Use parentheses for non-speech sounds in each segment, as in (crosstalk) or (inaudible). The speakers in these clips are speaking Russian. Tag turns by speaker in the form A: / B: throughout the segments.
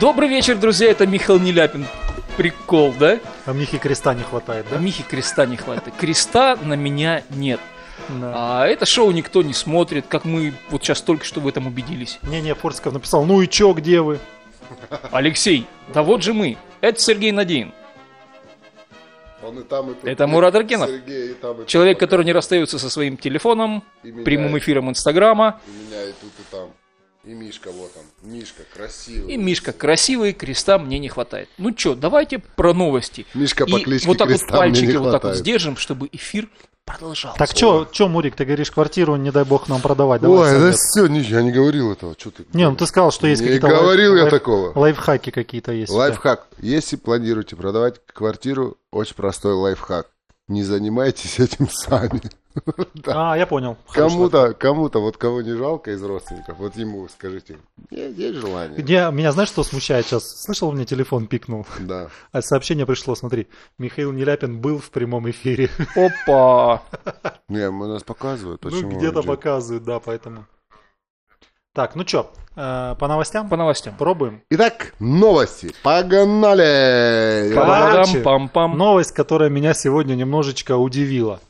A: Добрый вечер, друзья, это Михаил Неляпин. Прикол, да?
B: А Михи креста не хватает,
A: А
B: да?
A: Михи креста не хватает. Креста на меня нет.
B: Да.
A: А это шоу никто не смотрит, как мы вот сейчас только что в этом убедились.
B: Не-не, Форсков написал, ну и чё, где вы?
A: Алексей, да вот же мы. Это Сергей Надеин.
C: Он и там, и тут.
A: Это Мурат Аркинов.
C: Сергей, и там, и тут.
A: Человек, который не расстается со своим телефоном,
C: И меня,
A: прямым эфиром Инстаграма.
C: И меня, и тут, и там. И Мишка, вот он. Мишка, красивый.
A: И Мишка красивый, креста мне не хватает. Ну чё, давайте про новости.
C: Мишка по
A: И
C: кличке
A: вот так вот
C: Креста мне не
A: пальчики вот так вот
C: хватает.
A: сдержим, чтобы эфир продолжался.
B: Так чё, чё, Мурик, ты говоришь, квартиру, не дай бог, нам продавать. давай
C: Ой, да
B: совет.
C: все, я не говорил этого. Что ты?
B: Не, ну ты сказал, что есть
C: Не
B: какие-то лайф-
C: говорил я
B: лайф-
C: такого.
B: Лайфхаки какие-то есть. у тебя.
C: Лайфхак. Если планируете продавать квартиру, очень простой лайфхак. Не занимайтесь этим сами. Да.
B: А, я понял. Хорошо.
C: Кому-то, кому-то, вот кого не жалко из родственников, вот ему скажите, есть, есть желание.
B: Где, меня знаешь, что смущает сейчас? Слышал, мне телефон пикнул.
C: Да.
B: А сообщение пришло, смотри. Михаил Неляпин был в прямом эфире. (laughs) Ну,
A: Опа!
C: Не, у нас показывают. почему
B: Ну, где-то
C: люди-
B: показывают, да, поэтому. Так, ну чё, э, по новостям?
A: По новостям.
B: Пробуем.
C: Итак, новости. Погнали!
B: Пора- Короче,
A: пам-пам.
B: Новость, которая меня сегодня немножечко удивила.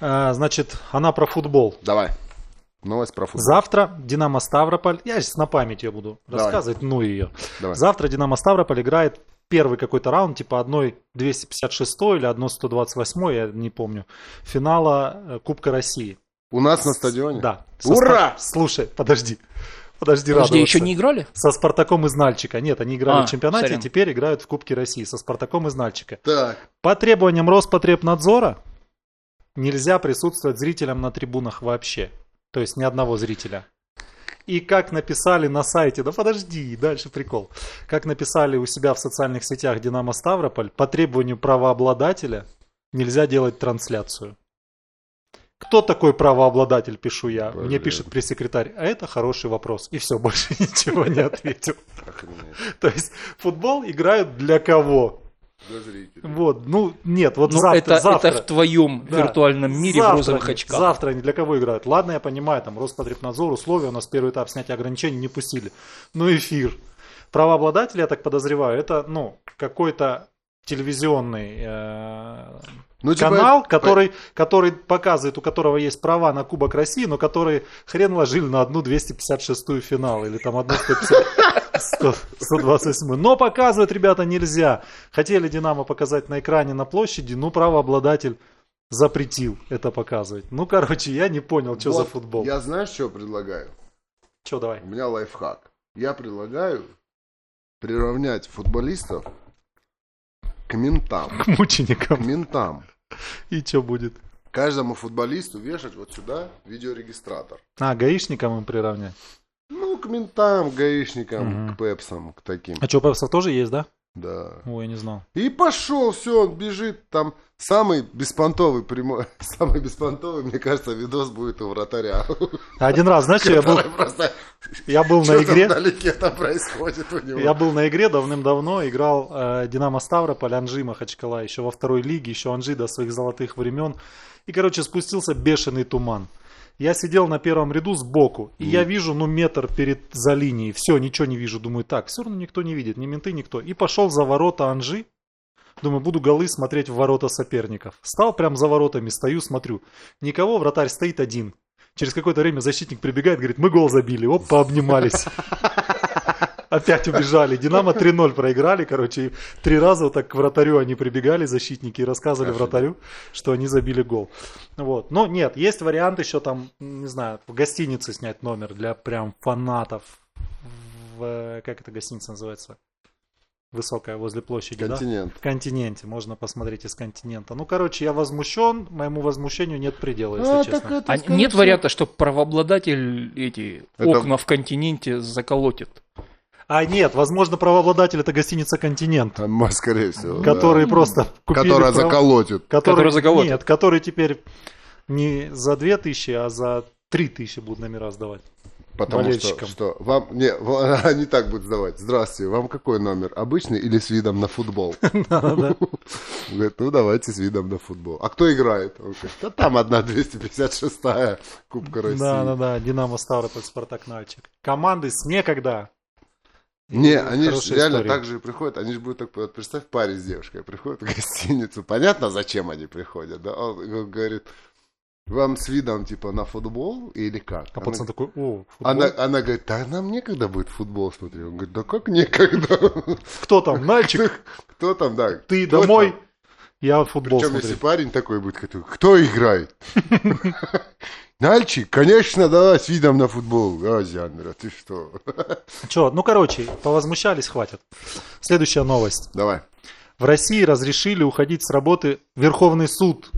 B: А, Значит, она про футбол.
C: Давай. Новость про футбол.
B: Завтра Динамо Ставрополь. Я сейчас на память ее буду
C: Давай.
B: рассказывать, ну ее.
C: Давай.
B: Завтра Динамо Ставрополь играет первый какой-то раунд, типа 1 256 или 1 128, я не помню, финала э, Кубка России.
C: У нас на стадионе?
B: Да. Спар-
C: Ура!
B: Слушай, подожди.
A: Подожди,
B: Подожди, радоваться.
A: еще не играли?
B: Со Спартаком из Нальчика. Нет, они играли
A: А,
B: в чемпионате,
A: сорян.
B: теперь играют в Кубке России со Спартаком из Нальчика.
C: Так,
B: По требованиям Роспотребнадзора нельзя присутствовать зрителям на трибунах вообще. То есть ни одного зрителя. И как написали на сайте, да подожди, дальше прикол. Как написали у себя в социальных сетях Динамо Ставрополь, по требованию правообладателя нельзя делать трансляцию. Кто такой правообладатель, пишу я. Мне
C: Блин.
B: пишет пресс-секретарь, а это хороший вопрос. И все, больше (laughs) ничего не ответил.
C: охренеть.
B: То есть футбол играют для кого?
C: Для зрителей.
B: Вот, ну нет, вот
A: Ну,
B: завтра,
A: это,
B: завтра.
A: это в твоем
B: Да.
A: виртуальном мире
B: Завтра
A: в розовых
B: они-
A: очках.
B: Завтра они для кого играют? Ладно, я понимаю, там Роспотребнадзор, условия, у нас первый этап снятия ограничений не пустили. Ну эфир. Правообладатели, я так подозреваю, это, ну, какой-то телевизионный э,
C: Ну, типа,
B: канал, который, который показывает, у которого есть права на Кубок России, но который хрен ложили на одну 256-ю финал или там одну 128 Но показывать, ребята, нельзя. Хотели Динамо показать на экране на площади, но правообладатель запретил это показывать. Ну, короче, я не понял, что за
C: вот,
B: футбол.
C: Я знаешь, что предлагаю?
B: Че, давай.
C: У меня лайфхак. Я предлагаю приравнять футболистов к ментам.
B: К (laughs) мученикам.
C: К ментам.
B: И что будет?
C: Каждому футболисту вешать вот сюда видеорегистратор.
B: А, гаишникам им приравнять.
C: Ну, к ментам, к гаишникам,
B: Мгм.
C: к пепсам, к таким.
B: А что, Пепсов тоже есть, да?
C: Да.
B: Ой, я не знал.
C: И пошел, все, он бежит. Там самый беспонтовый прямой, (laughs) самый беспонтовый, мне кажется, видос будет у вратаря.
B: Один раз, знаешь, я
C: (laughs)
B: был,
C: Который просто
B: я был на
C: что-то
B: игре.
C: вдалеке там происходит у него.
B: Я был на игре давным-давно, играл э, Динамо Ставрополь, Анжи Махачкала, еще во второй лиге, еще Анжи до своих золотых времен. И, короче, спустился бешеный туман. Я сидел на первом ряду сбоку, и я вижу, ну, метр перед за линией. Все, ничего не вижу. Думаю, так, все равно никто не видит, ни менты, никто. И пошел за ворота Анжи. Думаю, буду голы смотреть в ворота соперников. Стал прям за воротами, стою, смотрю. Никого, вратарь стоит один. Через какое-то время защитник прибегает, говорит, мы гол забили. Оп, пообнимались. Опять убежали. Динамо 3-0 проиграли, короче. и Три раза вот так к вратарю они прибегали, защитники, и рассказывали
C: Офигеть.
B: вратарю, что они забили гол. Вот. Но нет, есть вариант еще там, не знаю, в гостинице снять номер для прям фанатов. В, э, как эта гостиница называется? Высокая, возле площади, да?
C: Континент.
B: В континенте, можно посмотреть из континента. Ну, короче, я возмущен, моему возмущению нет предела, если
C: А, так
B: честно.
C: это,
A: А
C: скорее
A: нет
C: всего,
A: варианта, что правообладатель эти
C: Это-
A: окна в континенте заколотит.
B: А нет, возможно, правообладатель это гостиница «Континент»,
C: там, а, скорее всего.
B: которые
C: да.
B: просто купили...
C: Которая
B: прав-
C: заколотит.
B: который-
A: Которая заколотит.
B: Нет, которые теперь не за 2000, а за 3000 будут номера сдавать. (laughs)
C: Потому что,
B: болельщикам.
C: что вам... Не, в- (laughs) они так будут сдавать. Здравствуйте, вам какой номер? Обычный или с видом
B: (laughs)
C: на футбол? (laughs)
B: Да-да-да.
C: Он Говорит, ну давайте с видом на футбол. А кто играет? Он говорит, да там одна 256-я Кубка России.
B: Да-да-да, Динамо Ставрополь, Спартак Нальчик. Команды с некогда
C: Не, они же
B: Ну, хорошая
C: реально
B: история.
C: так же и приходят. Они же будут так, вот представь, парень с девушкой приходят в (laughs) гостиницу. Понятно, зачем они приходят, да? Он г- говорит, вам с видом типа на футбол или как?
B: А
C: Она-
B: пацан такой, о, футбол?
C: она, она говорит, да нам некогда будет футбол смотреть. Он говорит, да как некогда? (laughs)
B: кто там, Нальчик,
C: Кто там, да?
B: ты
C: кто
B: домой?
C: там?»
B: Я футбол
C: Причем,
B: смотрю.
C: если парень такой будет, который, кто играет? (laughs) Нальчик, конечно, да, с видом на футбол. А, Зяндра, ты что? (laughs)
B: Че, ну короче, повозмущались, хватит. Следующая новость.
C: Давай.
B: В России разрешили уходить с работы. Верховный суд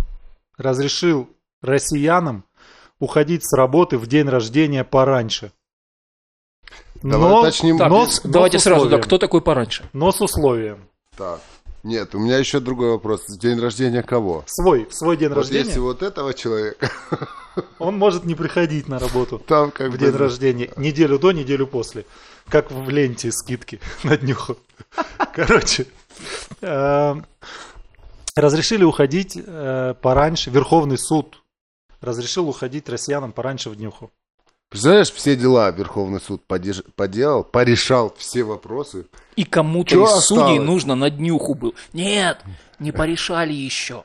B: разрешил россиянам уходить с работы в день рождения пораньше.
C: Давай
B: Но,
C: уточним.
A: Так,
B: но
A: с-
B: с- но
A: давайте
B: с
A: сразу, да,
B: условием.
A: кто такой пораньше?
B: но с условием.
C: Так. Нет, у меня еще другой вопрос. День рождения кого?
B: Свой, в свой день
C: Вот
B: рождения
C: если вот этого человека, (laughs)
B: он может не приходить на работу
C: там как
B: в
C: бы...
B: день рождения. Неделю до, неделю после. Как в ленте скидки (laughs) на днюху. Короче, э, разрешили уходить э, пораньше. Верховный суд разрешил уходить россиянам пораньше в днюху.
C: Представляешь, все дела Верховный суд подеж- поделал, порешал все вопросы.
A: И кому-то
C: Чё
A: из судей
C: осталось?
A: нужно на днюху был. Нет, не порешали еще.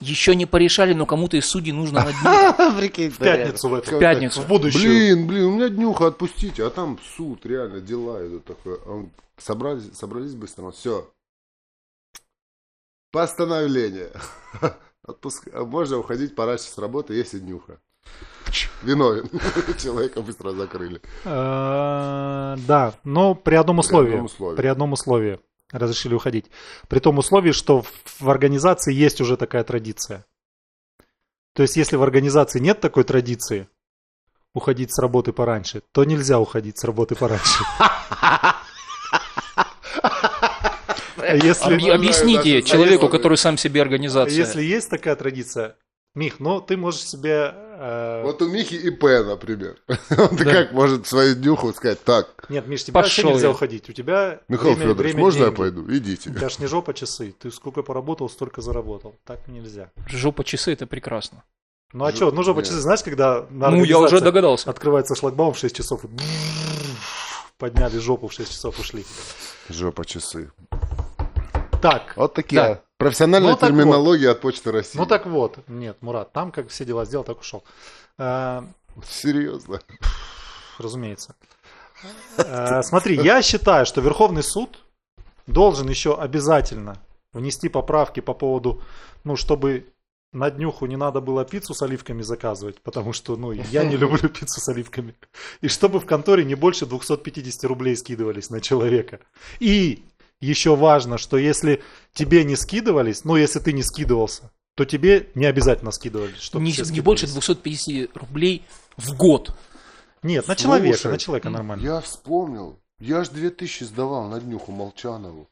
A: Еще не порешали, но кому-то из судей нужно на
B: (laughs)
A: днюху.
D: Прикинь,
B: В пятницу в эту.
A: В пятницу.
B: В будущую.
C: Блин, блин, у меня днюха, отпустите, а там суд, реально, дела идут такое. А он- Собрались, собрались быстро, все. Постановление. (laughs) Отпуск- а Можно уходить пораньше с работы, если днюха. Виновен. (laughs) Человека быстро закрыли.
B: Э, Да, но при одном
C: При
B: условии.
C: одном условии.
B: При одном условии разрешили уходить. При том условии, что в- в организации есть уже такая традиция. То есть, если в организации нет такой традиции, уходить с работы пораньше, то нельзя уходить с работы пораньше. А
A: Объ-
B: Если,
A: Объясните
C: даже
A: человеку,
C: заезд.
A: который сам себе организация.
B: если есть такая традиция, Мих, ну ты можешь себе... э,
C: Вот у Михи ИП, например. (laughs) Он как может свою днюху сказать, так,
B: Нет, Миш, тебе вообще
A: Пошёл
B: нельзя
A: я.
B: уходить. У тебя
C: Михаил
B: время-
C: Федорович,
B: время
C: можно я
B: деньги.
C: пойду? Идите.
B: У тебя ж не жопа часы. Ты сколько поработал, столько заработал. Так нельзя.
A: Жопа часы это прекрасно.
B: Ну а
C: Жо-
B: что, ну жопа
C: нет.
B: часы, знаешь, когда на
A: Ну, я уже
B: организациях
A: догадался.
B: открывается шлагбаум в 6 часов и подняли жопу в 6 часов ушли.
C: Жопа часы.
B: Так,
C: Вот такие
A: Да.
C: профессиональная
B: Ну, так
C: терминология от Почты России.
B: ну так вот. Нет, Мурат, там как все дела сделал, так ушел. Э,
C: Серьезно.
B: разумеется. Э, Смотри, я считаю, что Верховный суд должен еще обязательно внести поправки по поводу, ну, чтобы на днюху не надо было пиццу с оливками заказывать, потому что, ну,
A: (laughs)
B: я не люблю пиццу с оливками. И чтобы в конторе не больше 250 рублей скидывались на человека. И еще важно, что если тебе не скидывались, ну, если ты не скидывался, то тебе не обязательно скидывались. чтобы
A: Не
B: все
A: не больше
B: скидывались.
A: 250 рублей в год.
B: Нет, на человека,
C: Слушай,
B: на человека нормально.
C: Я вспомнил. Я ж 2000 сдавал на днюху (laughs) Молчанову.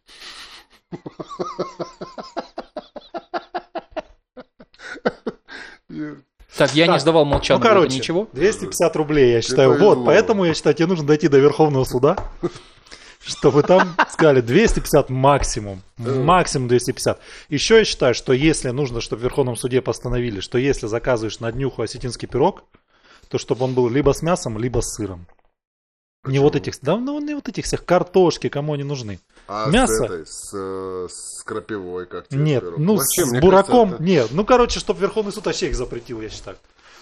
C: Я-
A: Так, я
B: Так,
A: не сдавал молчанку,
B: ну, короче,
A: ничего.
B: 250 рублей, я считаю.
C: повезло.
B: Вот, поэтому я считаю, тебе нужно дойти до Верховного суда, (laughs) чтобы там сказали 250 максимум. Максимум 250. Еще я считаю, что если нужно, чтобы в Верховном суде постановили, что если заказываешь на днюху осетинский пирог, то чтобы он был либо с мясом, либо с сыром. Не вот этих, да, ну не вот этих всех картошки, кому они нужны.
C: А с
B: Мясо?
C: этой, с, э, с крапивой как тебе
B: Нет,
C: пирог?
B: ну
C: Вообще,
B: с
C: мне
B: бураком,
C: кажется, это-
B: нет. Ну, короче, чтобы Верховный суд вообще их запретил, я считаю.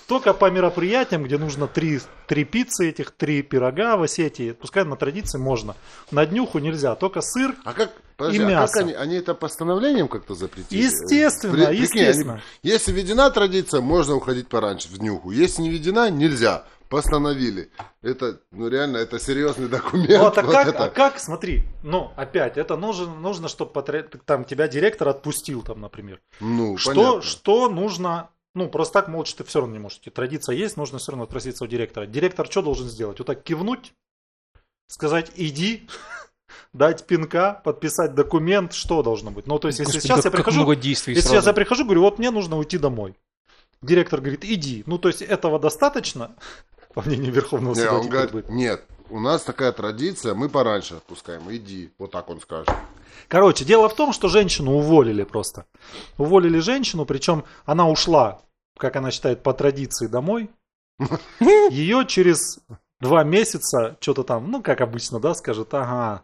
B: Только по мероприятиям, где нужно три, три пиццы этих, три пирога в Осетии, пускай на традиции можно. На днюху нельзя, только сыр.
C: А как, подожди, а
B: мясо.
C: как они, они это постановлением как-то запретили?
B: Естественно,
C: При- прикинь, они- (laughs)
B: естественно.
C: если введена традиция, можно уходить пораньше в днюху. Если не введена, нельзя. Постановили. Это, ну реально, это серьезный (laughs) документ.
B: Ну, а так
C: Вот
B: как,
C: это.
B: а как, смотри, ну, опять, это нужно, нужно чтобы там тебя директор отпустил, там, например.
C: Ну,
B: Что,
C: понятно.
B: что нужно... Ну, просто так молча ты все равно не можешь. идти. Традиция есть, нужно все равно отпроситься у директора. Директор что должен сделать? Вот так кивнуть, сказать «иди», (laughs) дать пинка, подписать документ, что должно быть? Ну, то есть, если
A: Господи,
B: сейчас
A: как-
B: я
A: как
B: прихожу,
A: много действий
B: если сейчас
A: сразу.
B: я прихожу, говорю, вот мне нужно уйти домой. Директор говорит, иди. Ну, то есть, этого достаточно, (laughs) по мнению Верховного
C: Не,
B: Суда.
C: он
B: теперь
C: говорит,
B: будет?
C: нет, у нас такая традиция, мы пораньше отпускаем, иди. Вот так он скажет.
B: Короче, дело в том, что женщину уволили просто. Уволили женщину, причем она Хм. ушла, как она считает, по традиции домой. Ее через два месяца, что-то там, ну, как обычно, да, скажет, ага,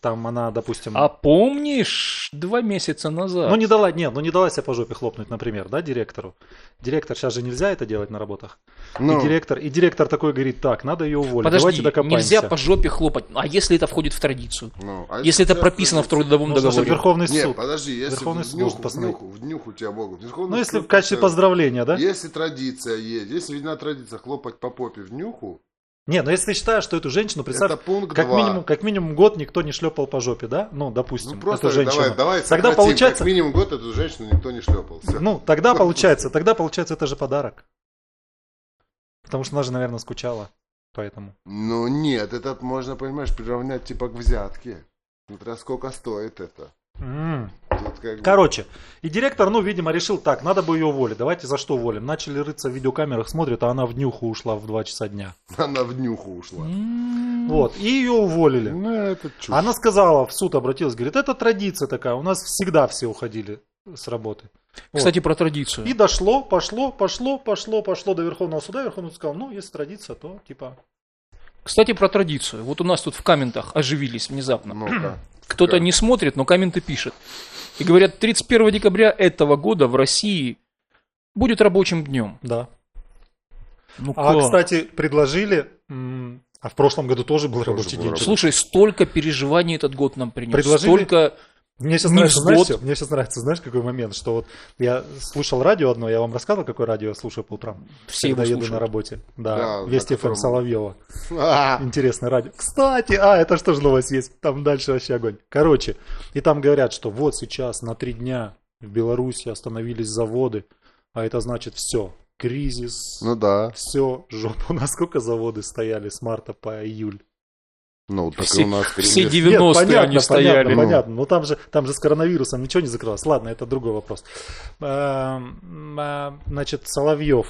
B: там она, допустим...
A: А помнишь, два месяца назад?
B: Ну, не дала, нет, ну, не дала себя по жопе хлопнуть, например, да, директору. Директор, сейчас же нельзя это делать на работах.
C: Ну,
B: И, директор, и директор такой говорит, так, надо ее уволить,
A: Подожди,
B: давайте докопаемся.
A: нельзя по жопе хлопать. А если это входит в традицию?
C: ну, а
A: Если это
C: тебя
A: прописано в
C: отказать?
A: трудовом
B: Нужно, чтобы
A: договоре?
B: Ну, Верховный
C: Нет,
B: суд.
C: подожди, если
B: Верховный суд
C: в днюху,
B: может
C: в
B: постановить.
C: днюху, в днюху тебя могут. Верховный
B: Ну, если
C: суд
B: в качестве
C: поставит.
B: поздравления, да?
C: Если традиция есть, если видна традиция хлопать по попе в нюху,
B: Не, ну если ты считаешь, что эту женщину, представь,
C: это пункт
B: как
C: 2.
B: минимум, как минимум год никто не шлепал по жопе, да? Ну, допустим,
C: ну, просто
B: эту женщину.
C: давай, давай
B: Тогда
C: сократим.
B: получается-
C: Как минимум год эту женщину никто не шлепал. Всё.
B: Ну, тогда получается, тогда получается, это же подарок. Потому что она же, наверное, скучала. Поэтому.
C: Ну нет, этот можно, понимаешь, приравнять типа к взятке. Смотря сколько стоит это.
B: М.
C: Тут как бы-
B: М-м. Короче, и директор, ну, видимо, решил так, надо бы ее уволить. Давайте за что уволим? Начали рыться в видеокамерах, смотрят, а она в нюху ушла в 2 часа дня.
C: (laughs) Она в нюху ушла.
A: М.
B: Вот, и ее уволили.
C: Ну, это чушь.
B: Она сказала, в суд обратилась, говорит, это традиция такая, у нас всегда все уходили с работы. Вот.
A: Кстати, про традицию.
B: И дошло, пошло, пошло, пошло, пошло до Верховного суда. Верховный суд сказал, ну, если традиция, то типа...
A: Кстати, про традицию. Вот у нас тут в комментах оживились внезапно.
C: Ну-ка.
A: Кто-то
C: как?
A: не смотрит, но комменты пишет. И говорят, 31 декабря этого года в России будет рабочим днем.
B: Да.
A: Ну
B: А,
A: как?
B: кстати, предложили... м, А в прошлом году тоже был рабочий
C: был
B: день.
C: рабочий.
A: Слушай, столько переживаний этот год нам принес.
B: Предложили?
A: Столько...
B: Мне сейчас
A: Не
B: нравится, знаешь,
A: взвод.
B: что? мне сейчас нравится, знаешь, какой момент, что вот я слушал радио одно, я вам рассказывал, какое радио я слушаю по утрам,
A: Все
B: когда
A: его
B: еду на
A: слушают.
B: работе. Да,
C: Да,
B: Вести
C: на
B: ФМ
C: котором-
B: Соловьева.
C: А,
B: Интересное радио. Кстати, а, это что же новость есть? Там дальше вообще огонь. Короче, и там говорят, что вот сейчас на три дня в Беларуси остановились заводы, а это значит все, кризис,
C: (laughs) Ну да.
B: все, жопа. Насколько заводы стояли с марта по июль?
C: Ну, так и
A: Все,
C: у нас
A: все
C: кризис.
A: 90-е они стояли.
B: понятно,
C: Ну.
B: понятно. Но там же, там же с коронавирусом ничего не закрылось. Ладно, это другой вопрос. Эм, а, Значит, Соловьев.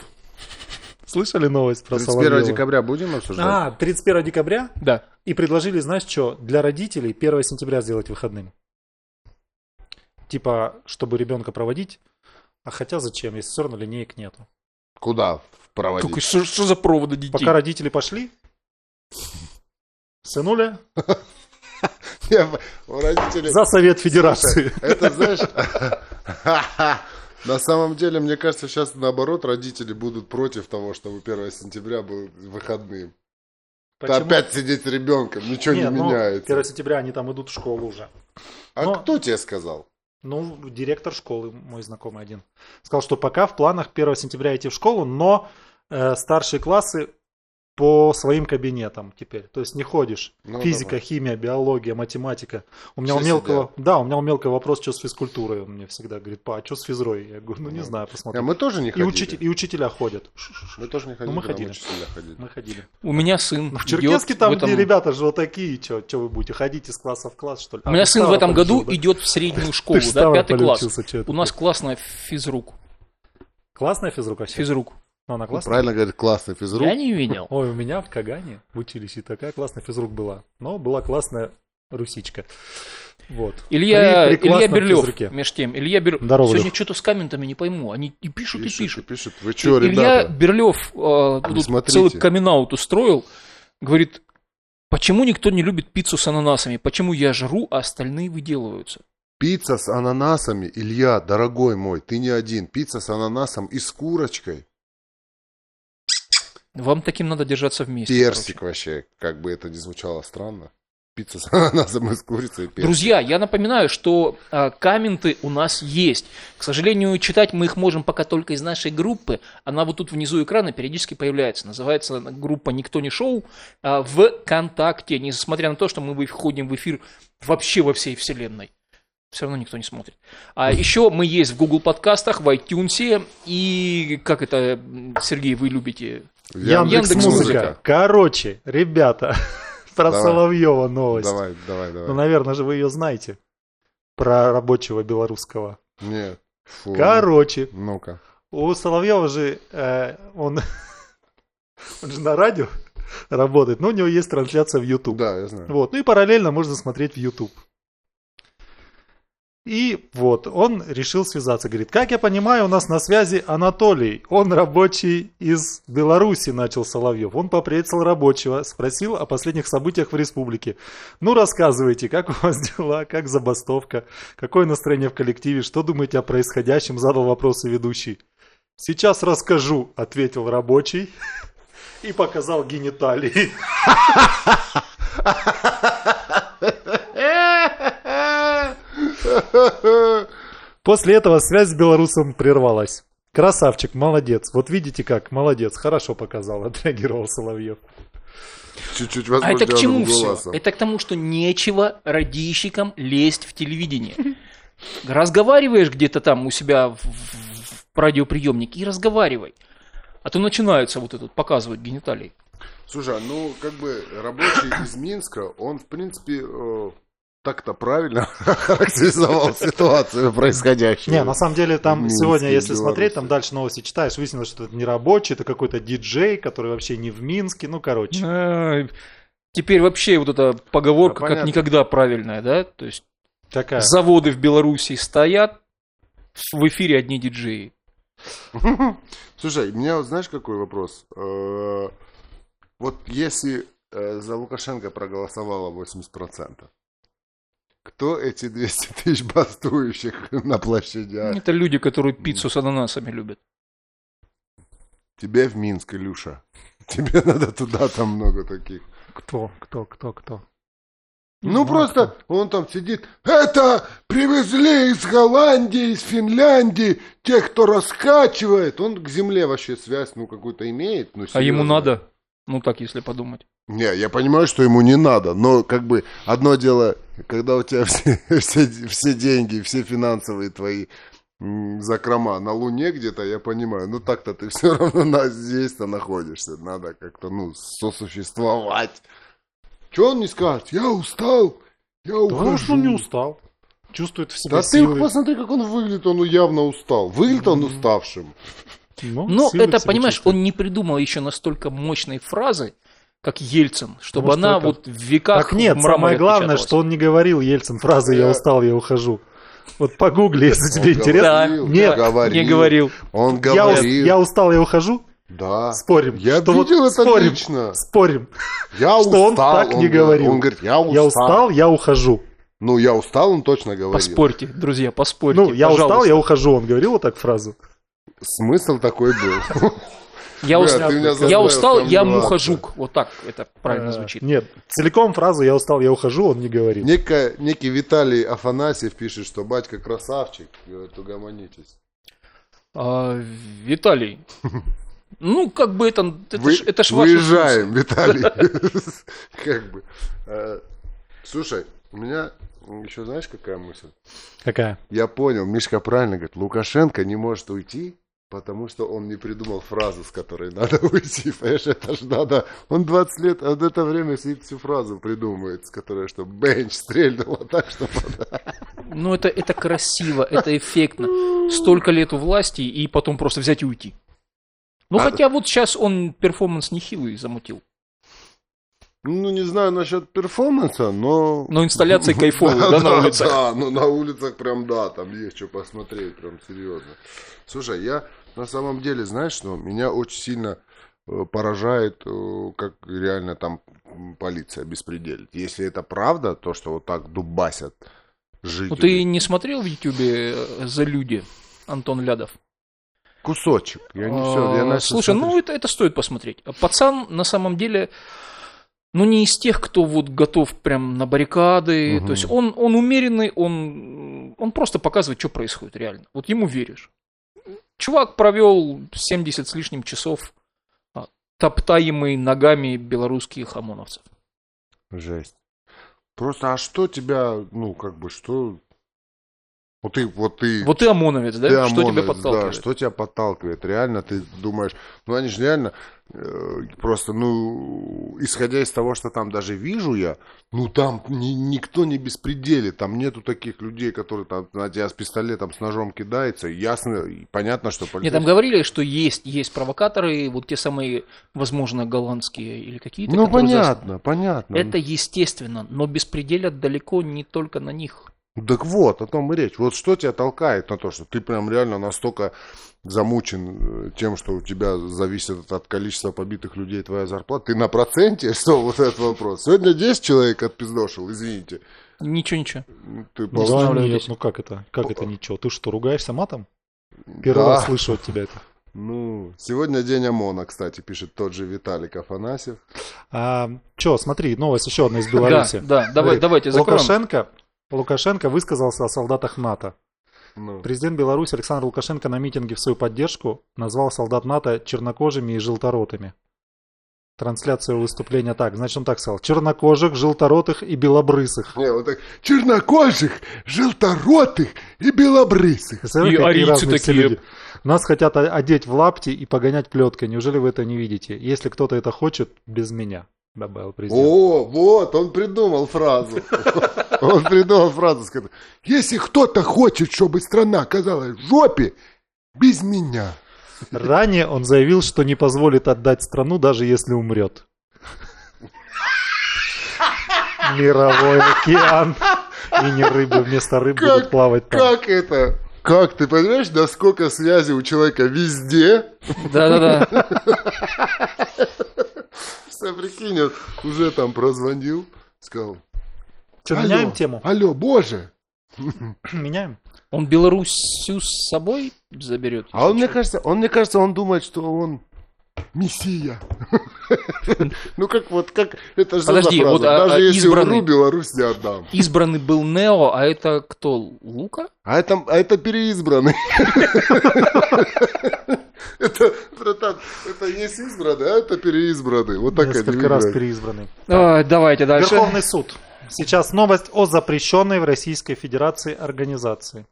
B: Слышали новость про
C: 31
B: Соловьева?
C: декабря будем обсуждать?
B: А, 31 декабря?
A: Да.
B: И предложили, знаешь что, для родителей 1 сентября сделать выходным. Типа, чтобы ребенка проводить. А хотя зачем, если все равно линеек нету.
C: Куда проводить?
A: Какой- Что, что за проводы детей?
B: Пока родители пошли, сынуля
C: (laughs) Я бы- У родителей...
B: за Совет Федерации.
C: Это, знаешь... (laughs) На самом деле, мне кажется, сейчас наоборот родители будут против того, чтобы 1 сентября был выходным. Ты
B: Почему?
C: опять сидеть с ребенком, ничего не,
B: Не, ну, 1
C: меняется.
B: сентября они там идут в школу уже.
C: А
B: но-
C: кто тебе сказал?
B: Ну, директор школы, мой знакомый один, сказал, что пока в планах 1 сентября идти в школу, но э, старшие классы по своим кабинетам теперь. То есть не ходишь.
C: Ну,
B: Физика,
C: давай.
B: химия, биология, математика. У меня у
C: Все
B: мелкого, да, у меня у мелкого вопрос, что с физкультурой. Он мне всегда говорит, па, а что с физрой? Я говорю, ну не
C: Ну,
B: знаю,
C: А
B: посмотрим.
C: мы тоже не
B: И,
C: ходили.
B: учите- и учителя ходят. (laughs) Ш-ш-ш.
C: Мы тоже не ходили.
B: мы
C: да,
B: ходили. Ну,
C: учителя ходили. Ну,
B: Мы ходили. Ну,
A: У меня сын.
B: В
A: идет
B: Черкеске там,
A: в этом-
B: где ребята же вот такие, что вы будете ходить из класса в класс, что ли? А
A: У меня сын в этом году идет в
B: (laughs)
A: среднюю школу, да, пятый класс. У нас классная физрук.
B: классная физрук вообще?
A: Физрук.
B: Ну, она
C: Ну,
B: классная?
C: правильно говорит, классный физрук.
A: Я не видел.
B: Ой, у меня в Кагане в училище такая классная физрук была. Но была классная русичка. Вот.
A: Илья,
B: При- при
A: Илья
B: классном
A: Берлев,
B: физруке.
A: между тем, Илья Берлев.
B: Здорово,
A: Сегодня
B: Лёх.
A: что-то с комментами не пойму. Они и пишут, и пишут.
C: Пишут, пишут. Вы что,
A: Илья
C: ребята?
A: Берлев э,
C: Не
A: тут
C: смотрите.
A: целый камин-аут устроил. Говорит, почему никто не любит пиццу с ананасами? Почему я жру, а остальные выделываются?
C: Пицца с ананасами, Илья, дорогой мой, ты не один. Пицца с ананасом и с курочкой.
A: Вам таким надо держаться вместе.
C: Персик
A: короче.
C: вообще, как бы это ни звучало странно. Пицца с (laughs) ананасом и с курицей и персик.
A: Друзья, я напоминаю, что э, комменты у нас есть. К сожалению, читать мы их можем пока только из нашей группы. Она вот тут внизу экрана периодически появляется. Называется она группа «Никто не шоу» э, ВКонтакте. Несмотря на то, что мы вы- входим в эфир вообще во всей вселенной. Все равно никто не смотрит. А еще мы есть в Google подкастах, в iTunes и, как это, м, Сергей, вы любите?
B: Яндекс Музыка. Короче, ребята, (laughs) про
C: Давай.
B: Соловьева новость.
C: Давай, давай,
B: Ну,
C: давай.
B: наверное же, вы ее знаете. Про рабочего белорусского.
C: Нет. Фу.
B: Короче,
C: Ну-ка.
B: у Соловьева же э, он, (laughs) он же на радио работает, но у него есть трансляция в YouTube.
C: Да, я знаю.
B: Вот, ну и параллельно можно смотреть в YouTube. И вот, он решил связаться. Говорит, как я понимаю, у нас на связи Анатолий. Он рабочий из Беларуси, начал Соловьев. Он поприветствовал рабочего, спросил о последних событиях в республике. Ну, рассказывайте, как у вас дела, как забастовка, какое настроение в коллективе, что думаете о происходящем, задал вопросы ведущий. Сейчас расскажу, ответил рабочий (laughs) и показал гениталии. После этого связь с белорусом прервалась. Красавчик, молодец. Вот видите как, молодец, хорошо показал, (laughs) отреагировал Соловьев.
C: (laughs) Чуть-чуть
A: А это к чему
C: возбужденным
A: все?
C: голосом.
A: Это к тому, что нечего радищикам лезть в телевидение. Разговариваешь где-то там у себя в, в- в радиоприемнике и разговаривай. А то начинается вот этот показывать гениталии.
C: Слушай, ну как бы рабочий из Минска, он в принципе э, так-то правильно (laughs) характеризовал ситуацию происходящую.
B: Не, на самом деле там
C: Минские
B: сегодня, если
C: белорусы.
B: смотреть, там дальше новости читаешь, выяснилось, что это не рабочий, это какой-то диджей, который вообще не в Минске, ну короче.
A: Ай, Э, Теперь вообще вот эта поговорка
C: Да,
A: как
C: понятно.
A: никогда правильная, да? То есть
B: Такая.
A: заводы в Беларуси стоят, в эфире одни диджеи.
C: (laughs) Слушай, у меня вот знаешь какой вопрос? Э, Вот если э, за Лукашенко проголосовало 80%, кто эти 200 тысяч бастующих (laughs) на А? площадях?
A: Это люди, которые пиццу с ананасами любят.
C: Тебе в Минск, Илюша. Тебе (laughs) надо туда, там много таких.
B: Кто, кто, кто, кто?
C: Ну просто он там сидит. Это привезли из Голландии, из Финляндии, тех, кто раскачивает. Он к земле вообще связь, ну, какую-то имеет. ну,
A: А ему
C: серьезно.
A: надо? Ну так, если подумать.
C: Не, я понимаю, что ему не надо, но как бы одно дело, когда у тебя (laughs) все, все, все деньги, все финансовые твои м, закрома на Луне где-то, я понимаю, ну так-то ты (laughs) все равно на, здесь-то находишься, надо как-то, ну, сосуществовать. Че он не скажет? Я устал, я
B: Потому что
C: ухожу.
B: он Ну, не устал. Чувствует в себе
C: Да
B: силы.
C: ты посмотри, как он выглядит, он явно устал. Выглядит он уставшим.
A: Ну,
B: силы в
A: это,
B: себе
A: понимаешь,
B: чувствует.
A: он не придумал еще настолько мощной фразы, как Ельцин, чтобы
B: Может,
A: она
B: это-
A: вот в веках
B: Так нет,
A: в мраморе
B: самое главное,
A: отпечаталась.
B: что он не говорил Ельцин фразы «я
C: Я-
B: устал, я ухожу». Вот погугли, если тебе
C: Э, Он
B: интересно.
C: говорил,
B: Нет, не
A: не говорил.
C: Он
B: Я ус-
C: говорил.
B: я устал, я ухожу?
C: Да.
B: Спорим.
C: Я
B: Что вот
C: видел это
B: спорим.
C: лично.
B: Спорим.
C: Я
B: Что он так не говорил.
C: Он говорит, я устал.
B: Я устал, я ухожу.
C: Ну, я устал, он точно говорил.
A: Поспорьте, друзья, поспорьте.
B: Ну, я устал,
A: пожалуйста.
B: я ухожу. Он говорил вот так фразу.
C: Смысл такой был. (laughs)
A: Я, ус-
C: Бля, ты меня
A: я
C: заставил
A: устал, я
C: сомневаться.
A: мухожук. Вот так это правильно
B: Э,
A: звучит.
B: Нет, целиком фразу «я устал, я ухожу» он не говорил.
C: Некая- Некий Виталий Афанасьев пишет, что батька красавчик. Говорит, угомонитесь.
A: А,
C: (laughs)
A: Виталий, ну, как бы это... Это,
C: Вы-
A: ж, это ж ваши (laughs)
C: Выезжаем, Виталий. Как бы. Э, Слушай, у меня еще знаешь, какая мысль?
B: Какая?
C: Я понял, Мишка правильно говорит, Лукашенко не может уйти, потому что он не придумал фразу, с которой надо (laughs) уйти. Понимаешь, это ж надо... Он 20 лет, а в это время сидит всю фразу придумывает, с которой, что бенч стрельнула так, что...
A: вкусы. Ну, это, это красиво, это эффектно. Столько лет у власти, и потом просто взять и уйти. Ну,
C: А-
A: хотя вот сейчас он перформанс нехилый замутил.
C: Ну, не знаю насчет перформанса, но...
A: Но (laughs)
C: (laughs)
A: инсталляции кайфовые, да, на улицах?
C: Да, ну на улицах прям, да, там есть что посмотреть, прям серьезно. Слушай, я на самом деле, знаешь, что меня очень сильно э, поражает, э, как реально там м, полиция беспределит. Если это правда, то, что вот так дубасят жителей.
A: Ну, ты не смотрел в Ютубе э, «За люди» Антон Лядов?
C: Кусочек. Я не все, я
A: А,
C: начал
A: Слушай, ну
C: смотреть.
A: это, это стоит посмотреть. Пацан на самом деле, ну не из тех, кто вот готов прям на баррикады.
C: Мгм.
A: То есть он, он умеренный, он, он просто показывает, что происходит реально. Вот ему веришь. Чувак провел 70 с лишним часов а, топтаемый ногами белорусских ОМОНовцев. ну,
C: Жесть. Просто, а что тебя, ну, как бы, что... Вот ты, вот ты...
A: Вот ты ОМОНовец, да?
C: Ты
A: что тебя
C: ОМОНовец,
A: подталкивает?
C: Да, что тебя подталкивает? Реально ты думаешь, ну они же реально э, просто, ну, исходя из того, что там даже вижу я, ну там ни- никто не беспределит, там нету таких людей, которые там на тебя с пистолетом, с ножом кидаются, ясно, и понятно, что
A: Мне
C: полиция...
A: там говорили, что есть, есть провокаторы, вот те самые, возможно, голландские или какие-то.
C: Ну
A: которые
C: понятно, понятно.
A: Это естественно, но беспределят далеко не только на них.
C: Так вот, о том и речь. Вот что тебя толкает на то, что ты прям реально настолько замучен э, тем, что у тебя зависит от- от количества побитых людей твоя зарплата. Ты на проценте, (laughs) что вот этот вопрос. Сегодня 10 человек отпиздошил, извините.
A: Ничего, ничего.
C: Ты
B: Ну,
A: Бывает.
B: да,
A: Устанавливались.
B: нет, ну как это? Как это ничего? Ты что, ругаешься матом?
C: Да.
B: Первый раз слышу от тебя это.
C: Ну, сегодня день ОМОНа, кстати, пишет тот же Виталик Афанасьев.
B: А, че, смотри, новость еще одна из Беларуси.
A: Да, да, давай,
B: Смотри,
A: давайте закроем.
B: Лукашенко, Лукашенко высказался о солдатах НАТО.
C: Ну,
B: Президент Беларуси Александр Лукашенко на митинге в свою поддержку назвал солдат НАТО чернокожими и желторотыми. Трансляция его выступления так. Значит, он так сказал. Чернокожих, желторотых и белобрысых.
C: Не, вот так, чернокожих, желторотых и белобрысых.
B: Ты смотри,
A: И
B: какие
A: арийцы
B: разные все
A: такие.
B: люди. Нас хотят о- одеть в лапти и погонять плеткой. Неужели вы это не видите? Если кто-то это хочет, без меня, добавил президент.
C: О, вот, он придумал (laughs) фразу. Он придумал фразу, сказал, если кто-то хочет, чтобы страна оказалась в жопе, без меня.
B: Ранее он заявил, что не позволит отдать страну, даже если умрет. Мировой океан. И не рыбы, вместо рыб
C: Как-
B: будут плавать там.
C: Как это? Как ты понимаешь, насколько связи у человека везде?
A: Да-да-да.
C: Все, прикинь, вот уже там прозвонил, сказал.
B: Что,
C: «Алло,
B: меняем тему?
C: Алло, боже.
B: Меняем?
A: Он Белоруссию с собой заберет.
C: А он, мне кажется, он, мне кажется, он думает, что он мессия. (laughs) Ну как вот, как, это же
A: Подожди,
C: фраза.
A: вот, а- а
C: Даже если
A: избранный?
C: умру, Беларусь не отдам.
A: Избранный был Нео, а это кто? Лука?
C: А это, а это переизбранный.
B: (laughs)
C: Это, братан, это есть избранный, а это переизбранный. Вот такая
B: Несколько раз
C: дивизия.
B: переизбранный.
A: Ой, А, давайте дальше.
B: Верховный суд. Сейчас новость о запрещенной в Российской Федерации организации.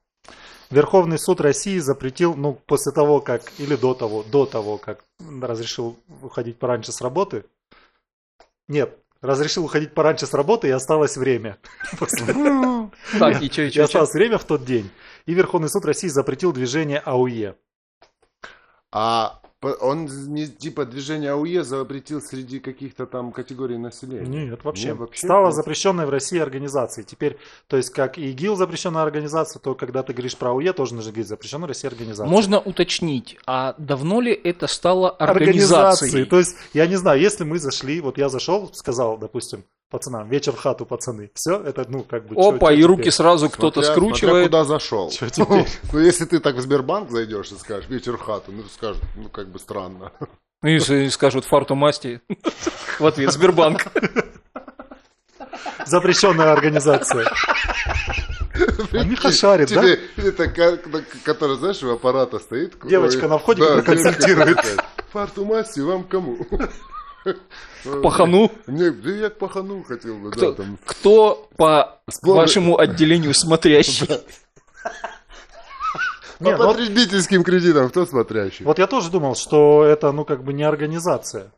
B: Верховный суд России запретил, ну, после того, как, или до того, до того, как разрешил уходить пораньше с работы. Нет, разрешил уходить пораньше с работы, и осталось время. (laughs) После-
A: (laughs) Так, и чё, и
B: и
A: чё, и чё?
B: осталось время в тот день. И Верховный суд России запретил движение АУЕ.
C: А по- он не типа движение АУЕ запретил среди каких-то там категорий населения?
B: Нет, вообще.
C: Не, вообще
B: Ну, Стала
C: нет.
B: запрещенной в России организацией. Теперь, то есть, как и ИГИЛ запрещенная организация, то когда ты говоришь про АУЕ, тоже нужно говорить запрещенная в России организация.
A: Можно уточнить, а давно ли это стало
B: организации.
A: организацией?
B: То есть, я не знаю, если мы зашли, вот я зашел, сказал, допустим, пацанам, вечер в хату, пацаны, все, это, ну, как бы...
A: Опа, и руки сразу кто-то
C: Смотря- смотря
A: скручивает.
C: куда зашел.
B: Чё теперь?
C: (laughs) Ну, если ты так в Сбербанк зайдешь и скажешь, вечер в хату, ну, скажут, ну, как бы странно.
A: И с- и скажут фарту масти. (laughs) В ответ Сбербанк.
B: Запрещенная
C: (laughs)
B: организация. Они хашарят, да?
C: Тебе, это, как- на- которая, знаешь, у аппарата стоит.
B: Девочка на входе,
C: Да,
B: которая
C: девочка (laughs)
B: консультирует.
C: такая, Фарту масти,
A: (laughs)
C: вам кому?
A: Пахану.
C: Мне, да я к пахану хотел бы, да,
A: Кто,
C: там.
A: кто по
C: Сборная-
A: вашему отделению смотрящий?
B: Не,
C: По
B: ну вот-
C: потребительским кредитам, кто смотрящий?
B: Вот я тоже думал, что это, ну, как бы не организация.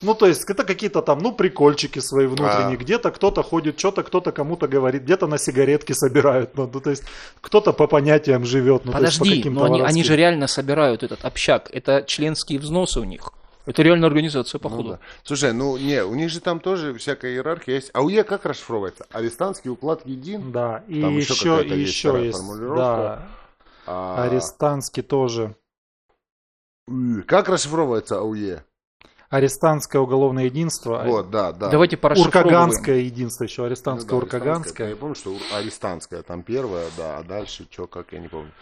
B: Ну, то есть, это какие-то там, ну, прикольчики свои внутренние.
C: А.
B: Где-то кто-то ходит, что-то кто-то кому-то говорит, где-то на сигаретки собирают. Ну, ну, то есть, кто-то по понятиям живет. Ну, то есть, по
A: Подожди,
B: каким-то
A: но они, они
B: воровским.
A: же реально собирают этот общак. Это членские взносы у них. Это реально организация,
C: Ну
A: походу.
C: да. Слушай, ну не, у них же там тоже всякая иерархия есть. АУЕ как расшифровывается? Арестантский уклад един.
B: Да, и
C: Там еще
B: еще,
C: какая-то
B: и
C: есть
B: еще
C: старая
B: есть,
C: формулировка.
B: да,
C: А,
B: арестанский тоже.
C: м, Как расшифровывается АУЕ?
B: Арестанское уголовное единство,
C: Вот, да, да.
A: А, Давайте порасшифровываем.
B: уркаганское единство еще,
C: Ну да,
B: арестанское,
C: арестантское.
B: уркаганское.
C: Я помню, что ур- арестантская там первая, да, а дальше что, как, я не помню.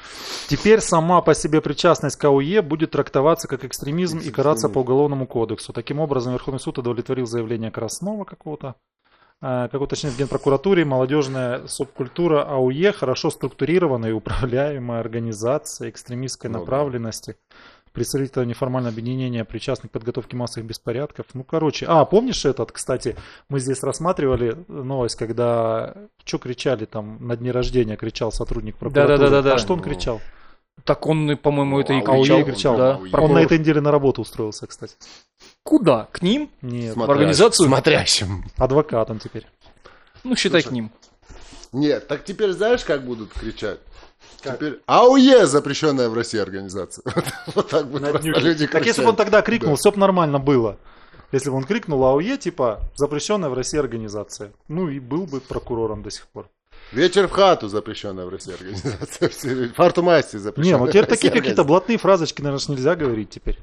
B: Теперь сама по себе причастность к АУЕ будет трактоваться как экстремизм и
C: Экстремизм.
B: караться по Уголовному кодексу. Таким образом, Верховный суд удовлетворил заявление Краснова какого-то, э, как уточняет в Генпрокуратуре, молодежная субкультура АУЕ хорошо структурированная и управляемая организация экстремистской
C: Ну да.
B: направленности. Представители неформального объединения причастны к подготовке массовых беспорядков. Ну, короче. А, помнишь этот, кстати, мы здесь рассматривали новость, когда что кричали там на дне рождения, кричал сотрудник прокуратуры.
A: Да-да-да-да-да.
B: А что он
C: Ну.
B: кричал?
A: Так он, по-моему, это и
C: Ну, а у
A: кричал.
C: Игоря
B: кричал,
A: Да,
C: да, у
A: прокурор.
B: Он на этой неделе на работу устроился, кстати.
A: Куда? К ним?
B: Нет,
A: В организацию?
C: Смотрящим.
B: адвокатом теперь.
A: Ну, считай к ним.
C: Нет, так теперь знаешь, как будут кричать? Теперь АУЕ запрещенная в России организация. (laughs) Вот так будут просто люди
B: Так если бы он
C: кричать.
B: тогда крикнул,
C: Да.
B: все бы нормально было. Если бы он а крикнул АОЕ, типа, запрещенная в России организация. Ну и был бы прокурором до сих пор.
C: Вечер в хату запрещенная в России организация. (laughs) Все- Фартумасти
B: Не,
C: запрещенная.
B: ну
C: в
B: теперь
C: России
B: такие какие-то
C: организация.
B: блатные фразочки, наверное, ж нельзя говорить теперь.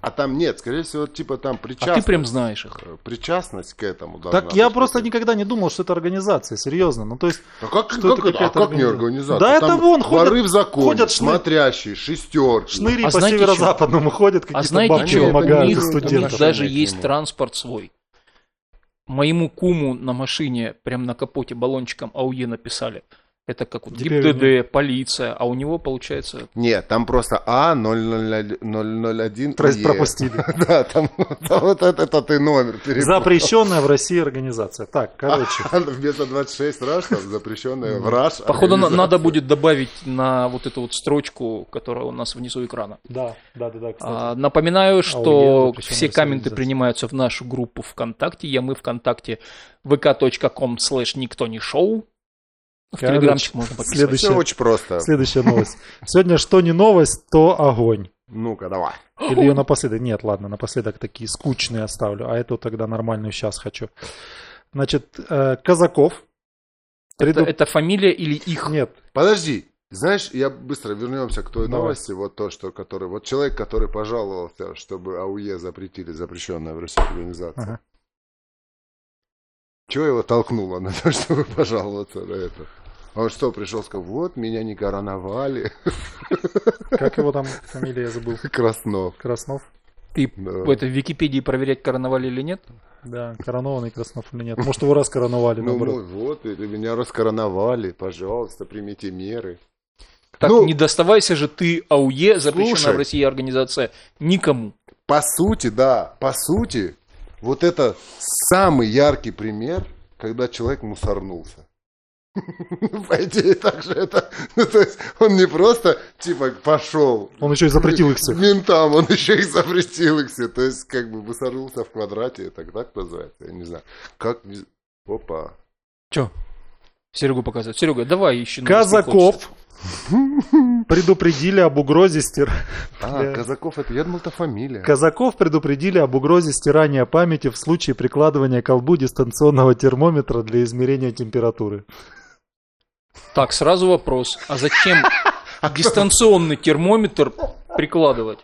C: А там нет, скорее всего, типа там
A: А ты
C: причастность.
A: прям знаешь их.
C: э, Причастность к этому должна
B: Так я
C: быть
B: просто
C: какая-то.
B: никогда не думал, что это организация, серьезно. Ну то есть
C: А как,
B: Что
C: как
B: это
C: это- а
B: какая-то
C: как не
B: организация?
C: организация?
B: Да это
C: Там
B: вон, ходят-
C: воры в законе,
B: ходят шны-
C: смотрящие, шестерки.
B: шныри
A: А
B: по
A: знаете чё?
B: северо-западному ходят,
A: А
B: какие-то
A: знаете
B: бабки
A: что?
C: чё?
A: У
B: помогают
A: них,
B: из
A: у них
B: студентов.
A: даже
C: К нему.
A: есть транспорт свой. Моему куму на машине, прям на капоте баллончиком АУЕ написали. Это как вот
B: Теперь
A: ГИБДД, полиция, а у него получается...
C: Нет, там просто А 001
B: Тро- Пропустили.
C: (laughs) Да, там там вот это это ты номер перепутал.
B: Запрещенная в России организация. Так, (laughs) короче.
C: Вместо 26 раш там запрещенная в раш.
A: Ну, Походу, на- надо
C: организация.
A: будет добавить на вот эту вот строчку, которая у нас внизу экрана.
B: Да, да, да, да, кстати.
A: А, Напоминаю,
B: АУЕ,
A: что
B: запрещенная
A: все комменты
B: организация.
A: принимаются в нашу группу ВКонтакте. Я мы ВКонтакте vk.com slash никто не шоу. В
B: Короче,
A: Телеграмчик можно подписывать.
B: следующий-
C: Все очень просто.
B: Следующая новость. Сегодня что не новость, то огонь.
C: Ну-ка, давай.
B: Или ее напоследок? Нет, ладно, напоследок такие скучные оставлю, а эту тогда нормальную сейчас хочу. Значит, э, Казаков.
A: Это,
B: предуп-
A: это фамилия или их?
B: Нет,
C: Подожди. Знаешь, я быстро вернемся к той
B: Давай.
C: новости, вот то, что который, вот человек, который пожаловался, чтобы АУЕ запретили запрещенная в России организация.
B: Ага.
C: Чего его толкнуло на то, (laughs) чтобы пожаловаться на это? Он что, пришел, сказал, вот меня не короновали, (laughs)
B: как его там фамилия я забыл?
C: Краснов.
B: Краснов?
A: Ты
C: Да.
A: это в Википедии проверять карнавали или нет?
B: Да, коронованный Краснов или нет. Может, его раз короновали,
C: Ну,
B: наоборот.
C: ну, вот, или меня раскороновали, пожалуйста, примите меры.
A: Так
C: Ну,
A: не доставайся же ты АУЕ, запрещенная
C: слушай.
A: в России организация, никому.
C: По сути, да, по сути, вот это самый яркий пример, когда человек мусорнулся. (laughs) По идее, так же это... (laughs) Ну, то есть, он не просто, типа, пошел
B: Он еще и запретил их
A: Ну,
B: всех.
C: ментам, он еще и запретил их все. То есть, как бы, мусорнулся в квадрате, это так называется, я не знаю. Как... не- Опа.
A: Че? Серегу показывает. Серега, давай еще. новости хочется.
B: Казаков предупредили об угрозе стир...
C: А,
B: Да.
C: Казаков, это, я думал, это фамилия.
B: Казаков предупредили об угрозе стирания памяти в случае прикладывания к колбу дистанционного термометра для измерения температуры.
A: Так, сразу вопрос. А
C: (laughs)
A: зачем
C: А
A: дистанционный термометр прикладывать?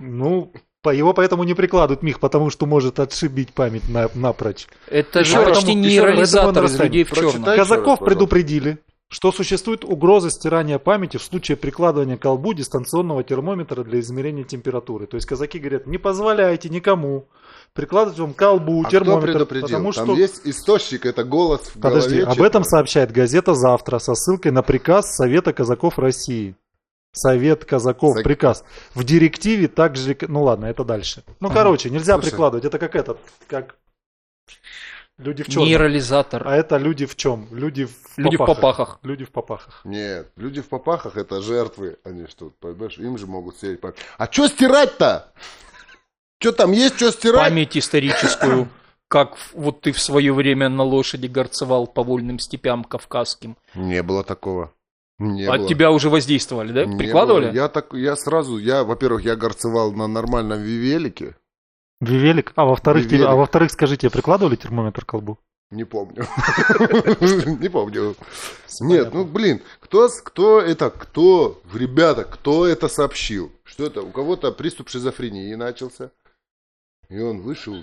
B: Ну, по, его поэтому не прикладывают, Мих, потому что может отшибить память на, напрочь.
A: Это же
C: Еще раз,
A: почти
B: еще раз,
A: нейрализатор
B: поэтому
A: из людей в
C: расстанет.
A: черном.
C: Прочитай. Дай еще раз,
B: Казаков
C: пожалуйста.
B: предупредили, что существует угроза стирания памяти в случае прикладывания к колбу дистанционного термометра для измерения температуры. То есть казаки говорят, не позволяйте никому прикладывать вам к колбу
C: А кто
B: термометр,
C: предупредил?
B: потому
C: Там
B: что...
C: есть источник, это голос в
B: Подожди,
C: голове
B: об этом
C: человека.
B: сообщает газета «Завтра» со ссылкой на приказ Совета казаков России. Совет казаков,
C: Зак-
B: приказ. В директиве также... рек- Ну ладно, это дальше. Ну,
C: Ага.
B: короче, нельзя
C: Слушай.
B: прикладывать. Это как этот, как... Люди в черном.
A: Нейрализатор.
B: А это люди в чем? Люди в
A: Люди в
B: попахах.
A: попахах.
B: Люди в попахах.
C: Нет, люди в попахах это жертвы. Они что, понимаешь, им же могут стереть память. А что стирать-то? Что там есть, что стирать?
A: Память историческую. Как в- вот ты в свое время на лошади горцевал по вольным степям кавказским. А
C: Не было такого. Не
A: От
C: было.
A: тебя уже воздействовали, да?
C: Не
A: Прикладывали?
C: было. Я, так, я сразу, я, во-первых, я горцевал на нормальном велике.
B: Вивелик. А во-вторых,
C: Вивелик.
B: тебе- а во-вторых, скажи, тебе прикладывали термометр к колбу?
C: Не помню. (laughs) Не помню. Нет, ну блин, кто, с- кто это, кто, ребята, кто это сообщил? Что это? У кого-то приступ шизофрении начался. И он вышел.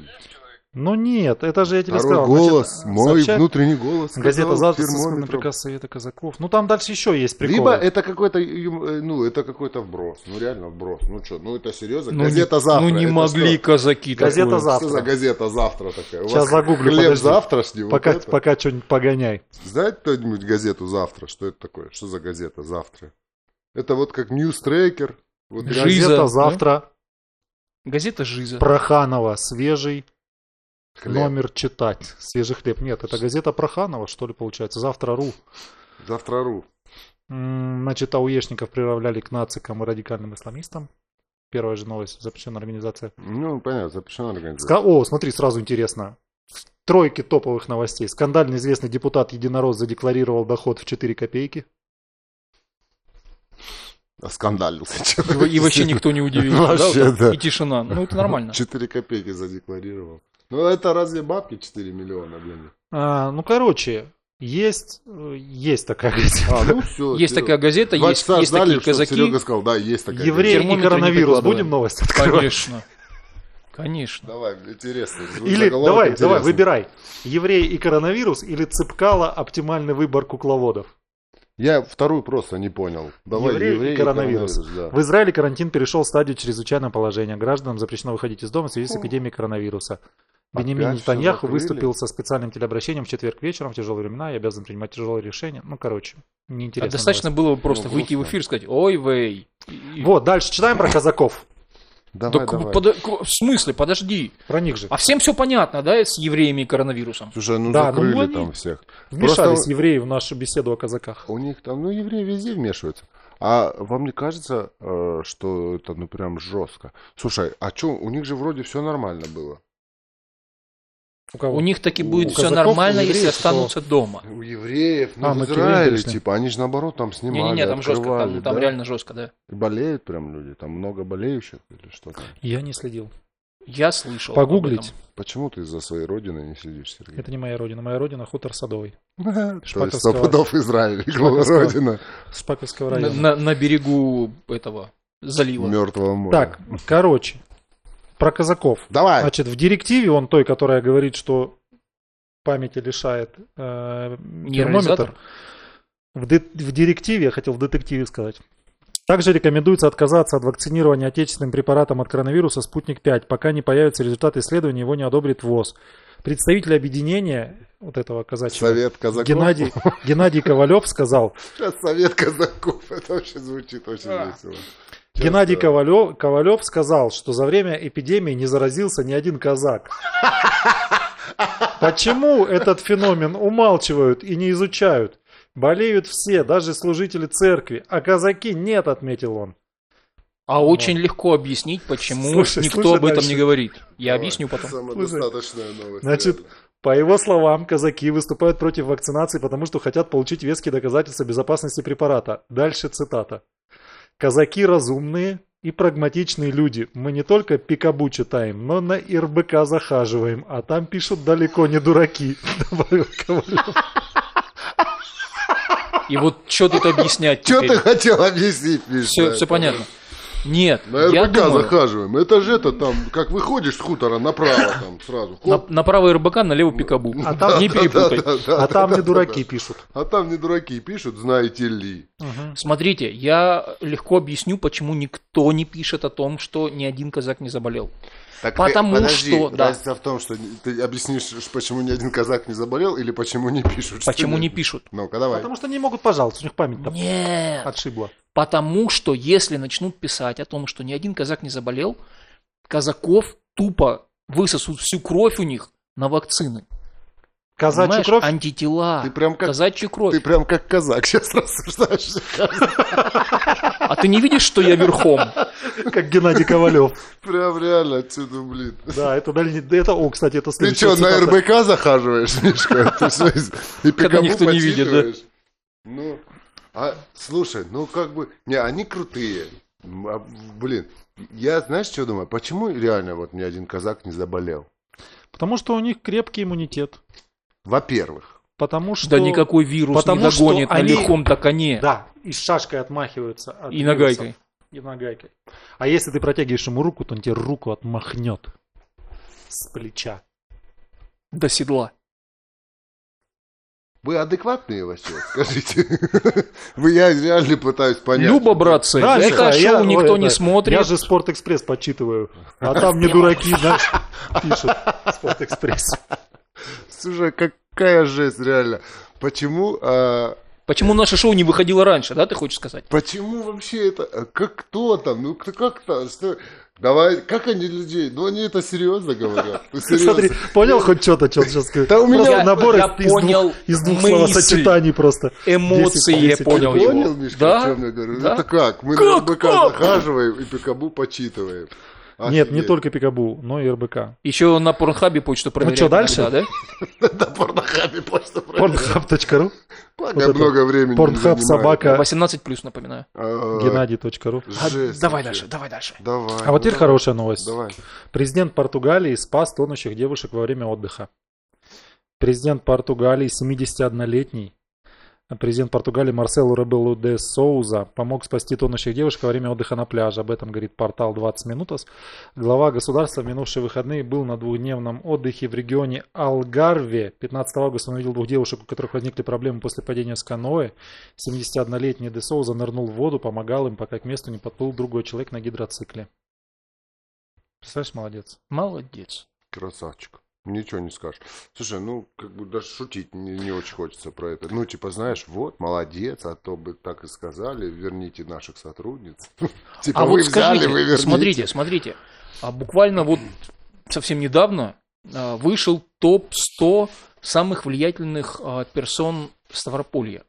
B: Ну нет, это же я тебе
C: Второй
B: сказал.
C: голос,
B: значит,
C: мой
B: сообщает
C: внутренний голос.
B: Газета
C: сказал
B: «Завтра» со ссылкой на
C: термометром.
B: приказ Совета казаков. Ну там дальше еще есть приколы.
C: Либо это какой-то, юм- э, ну, это какой-то вброс. Ну, реально вброс. Ну, что, ну, это серьезно?
A: Ну,
C: газета
A: не,
C: завтра.
A: Ну не
C: это
A: могли
C: что?
A: казаки
B: Газета
A: такое.
B: «Завтра».
C: Что за газета завтра такая? У
B: Щас
C: вас
B: загуглю,
C: хлеб
B: подожди.
C: завтрашний. вот
B: Пока,
C: это?
B: пока что-нибудь погоняй.
C: Знает кто-нибудь газету завтра? Что это такое? Что за газета завтра? Это вот как ньюс-трекер. Вот
A: Жиза,
B: Газета
A: да?
B: завтра.
A: Газета Жиза.
B: Проханова свежий
C: хлеб.
B: номер читать. Свежий хлеб. Нет, это газета Проханова, что ли, получается. Завтра.ру.
C: Завтра.ру.
B: М, Значит, а ауешников приравляли к нацикам и радикальным исламистам. Первая же новость, запрещенная организация.
C: Ну, понятно, запрещена организация.
B: Ска- О, смотри, сразу интересно. В тройке топовых новостей. Скандально известный депутат Единорос задекларировал доход в 4 копейки.
C: А Оскандалился
A: И во-
C: человек.
A: И вообще никто не удивился. да,
C: Вообще,
A: вот так?
C: да.
A: И тишина. Ну это нормально.
C: 4 копейки задекларировал. Ну, это разве бабки 4 миллиона, блин?
B: А, ну, короче, Есть, э, есть такая (laughs) газета.
C: А, ну все.
A: Есть такая газета, есть, есть такие казаки.
C: Серега сказал, да, есть такая
B: Евреи
C: газета.
B: и
A: термометры не
B: коронавирус.
A: прикладываем.
B: Будем новость открывать?
A: Конечно. Конечно.
C: Давай, интересно. звук
B: Или
C: заголовок
B: давай, давай,
C: интересный.
B: выбирай. Евреи и коронавирус или Цепкало оптимальный выбор кукловодов.
C: Я вторую просто не понял. Давай,
B: Евреи и
C: евреи,
B: коронавирус.
C: да.
B: В Израиле карантин перешел в стадию чрезвычайного положения. Гражданам запрещено выходить из дома в связи с эпидемией коронавируса.
C: Опять
B: Бенемин
C: всё
B: Нетаньяху
C: закрыли?
B: выступил со специальным телеобращением в четверг вечером в тяжелые времена и обязан принимать тяжелые решения. Ну, короче,
A: А
B: неинтересно.
A: достаточно было бы просто
C: Ну,
A: выйти в
C: грустно.
A: эфир и сказать, ой, вей. И- и-
B: Вот, дальше читаем про казаков.
C: Давай,
A: Так,
C: давай.
A: подо- к- В смысле, подожди.
B: Про них же.
A: А всем все понятно, да, с евреями и коронавирусом?
C: Слушай, ну
B: Да, ну
C: закрыли
B: они-
C: там всех.
B: Вмешались
C: Просто-
B: евреи в нашу беседу о казаках.
C: У них там, ну, евреи везде вмешиваются. А вам не кажется, э, что это, ну, прям жестко? Слушай, а что, у них же вроде все нормально было.
B: У кого?
A: У них таки
C: Ну, У
A: будет все
B: казаков, у
A: нормально, если
B: евреев
A: останутся дома.
C: А У евреев, ну,
B: А,
C: в
B: мы к
C: Израиле,
B: евреям пришли.
C: типа, они же наоборот там снимали,
A: Не-не-не, там жестко,
C: открывали,
A: там, там
C: да?
A: реально жестко, да.
C: И Болеют прям люди, там много болеющих или что там.
B: Я не следил.
A: Я слышал. об
B: Погуглить.
A: этом.
C: Почему ты за своей родиной не следишь, Сергей?
B: Это не моя родина. Моя родина хутор Садовый.
C: (laughs) То есть
B: Шпаковского-
C: сто пудов Израиль,
B: Шпаковского.
C: родина
B: Шпаковского
A: На,
B: района.
A: на- на берегу этого залива.
C: Мертвого моря.
B: Так, короче, про казаков.
C: Давай.
B: Значит, в директиве он той, которая говорит, что памяти лишает э,
A: ну
B: термометр.
A: Нейролизатор?
B: В, де- в директиве, я хотел в детективе сказать. Также рекомендуется отказаться от вакцинирования отечественным препаратом от коронавируса «Спутник 5», пока не появятся результаты исследования, его не одобрит ВОЗ. Представитель объединения вот этого казачьего
C: Совет казаков.
B: Геннадий, Геннадий Ковалев сказал,
C: Сейчас (laughs) совет казаков. (laughs) Это вообще звучит очень
A: А.
C: весело.
B: Геннадий
C: Честно.
B: Ковалев, Ковалев сказал, что за время эпидемии не заразился ни один казак. Почему этот феномен умалчивают и не изучают? Болеют все, даже служители церкви, а казаки нет, отметил он.
A: А очень легко объяснить, почему
B: Слушай,
A: никто
B: слушай
A: об этом
B: дальше.
A: не говорит. Я
C: Давай.
A: объясню потом.
C: Самодостаточная новость.
B: Значит,
C: реально.
B: По его словам, казаки выступают против вакцинации, потому что хотят получить веские доказательства безопасности препарата. Дальше цитата. «Казаки разумные и прагматичные люди. Мы не только пикабу читаем, но на РБК захаживаем, а там пишут далеко не дураки», — добавил Ковалев.
A: И вот что тут объяснять
C: Чё ты
A: теперь?
C: хотел объяснить, Миша?
A: Все, все понятно. Нет,
C: На
A: я
C: РБК
A: думаю,
C: захаживаем. Это же это там, как выходишь с хутора направо там сразу.
A: на,
C: Хоп.
A: на правый РБК, налево пикабу.
B: А там
A: не перепутай.
C: Да, да, да,
B: А там
C: да,
B: не
C: да,
B: дураки
C: да.
B: пишут.
C: А там не дураки пишут, знаете ли.
A: Смотрите, я легко объясню, почему никто не пишет о том, что ни один казак не заболел.
C: Так
A: Потому А что, да.
C: Разница в том, что ты объяснишь, почему ни один казак не заболел или почему не пишут. что
A: Почему
C: нет.
A: не пишут?
C: Ну-ка, давай.
B: Потому что не могут пожаловаться, у них память там
A: Нет.
B: отшибла.
A: Потому что если начнут писать о том, что ни один казак не заболел, казаков тупо высосут всю кровь у них на вакцины.
B: Казачья
A: Понимаешь?
B: кровь?
C: (laughs)
A: Антитела.
C: Ты прям как-
A: Казачью кровь.
C: Ты прям как казак (laughs) сейчас рассуждаешь.
A: А ты не видишь, что я верхом?
B: Как Геннадий Ковалев.
C: Прям реально отсюда, блин.
B: Да, это дальний... Это, о, кстати, это
C: Ты
B: следующая
C: что, на
B: цитата.
C: РБК захаживаешь, (laughs) Мишка? Ты что, из- И
A: Когда
C: пикабу
A: никто не видит, да?
C: подсиживаешь? Ну, а, слушай, ну как бы, не, они крутые. М, а, Блин, я знаешь, что думаю? Почему реально вот ни один казак не заболел?
B: Потому что у них крепкий иммунитет.
C: Во-первых,
B: Потому (laughs) что...
A: Да никакой вирус
B: Потому
A: не
B: что
A: догонит а на
B: они-
A: лихом-то коне.
B: Да, и с шашкой отмахиваются. от
A: И
B: вирусов.
A: нагайкой.
B: И нагайкой. А если ты протягиваешь ему руку, то он тебе руку отмахнет с плеча.
A: До седла.
C: вы адекватные вообще, скажите. (laughs) Вы, я реально пытаюсь понять.
A: Люба, братцы,
B: Да,
A: это
B: Миша,
A: шоу
B: я-
A: никто
B: ой,
A: не
B: да.
A: смотрит.
B: Я же Спортэкспресс подчитываю. А там не дураки, знаешь, пишут Спортэкспресс.
C: Слушай, какая жесть, реально. Почему а,
A: Почему наше шоу не выходило раньше, да, ты хочешь сказать?
C: Почему вообще это? А Как кто там? Ну кто- как то Что? Давай, как они людей? Ну они это серьезно
B: (laughs)
C: говорят. Ну, серьезно.
B: Смотри, понял хоть что-то, что он сейчас говорит?
C: Да у меня-
B: Просто
A: Я-
B: набор
A: я
B: из- из
A: понял
B: двух, из двух
A: мысль.
B: словосочетаний просто.
A: Эмоции,
B: 10,
A: я понял
C: Ты
A: его.
C: понял, Мишка,
A: Да?
C: о чем я говорю? Ну,
A: Да.
C: Это как? Мы на
A: Как?
C: РБК
A: Как?
C: захаживаем и пикабу почитываем.
B: Нет, не
C: Офигеть. (laughs)
B: только Пикабу, но и РБК.
A: Еще на Порнхабе почту проверяют.
B: Ну, чё, дальше?
A: иногда, да?
C: На порнохабе просто
B: Pornhub.ru,
C: Благо,
B: вот это.
C: много времени.
B: Pornhub собака
A: 18 плюс, напоминаю.
C: Э,
B: Геннадий.ру.
A: А, давай дальше, давай дальше.
C: Давай.
B: А вот теперь хорошая новость.
C: Давай.
B: Президент Португалии спас тонущих девушек во время отдыха. Президент Португалии, 71-летний, президент Португалии Марселу Ребелу де Соуза помог спасти тонущих девушек во время отдыха на пляже. Об этом говорит портал 20 минутос. Глава государства в минувшие выходные был на двухдневном отдыхе в регионе Алгарве. 15 августа он увидел двух девушек, у которых возникли проблемы после падения с каноэ. 71-летний де Соуза нырнул в воду, помогал им, пока к месту не подплыл другой человек на гидроцикле. Представляешь, молодец.
A: Молодец.
C: Красавчик. Ничего не скажешь. Слушай, ну, как бы даже шутить не, не очень хочется про это. Ну, типа, знаешь, вот, молодец, а то бы так и сказали, верните наших сотрудниц. (laughs) Типа,
A: а
C: вы
A: вот
C: взяли,
A: скажите,
C: вы верните.
A: смотрите, смотрите, а буквально вот совсем недавно а, вышел топ-100 самых влиятельных а, персон Ставрополья.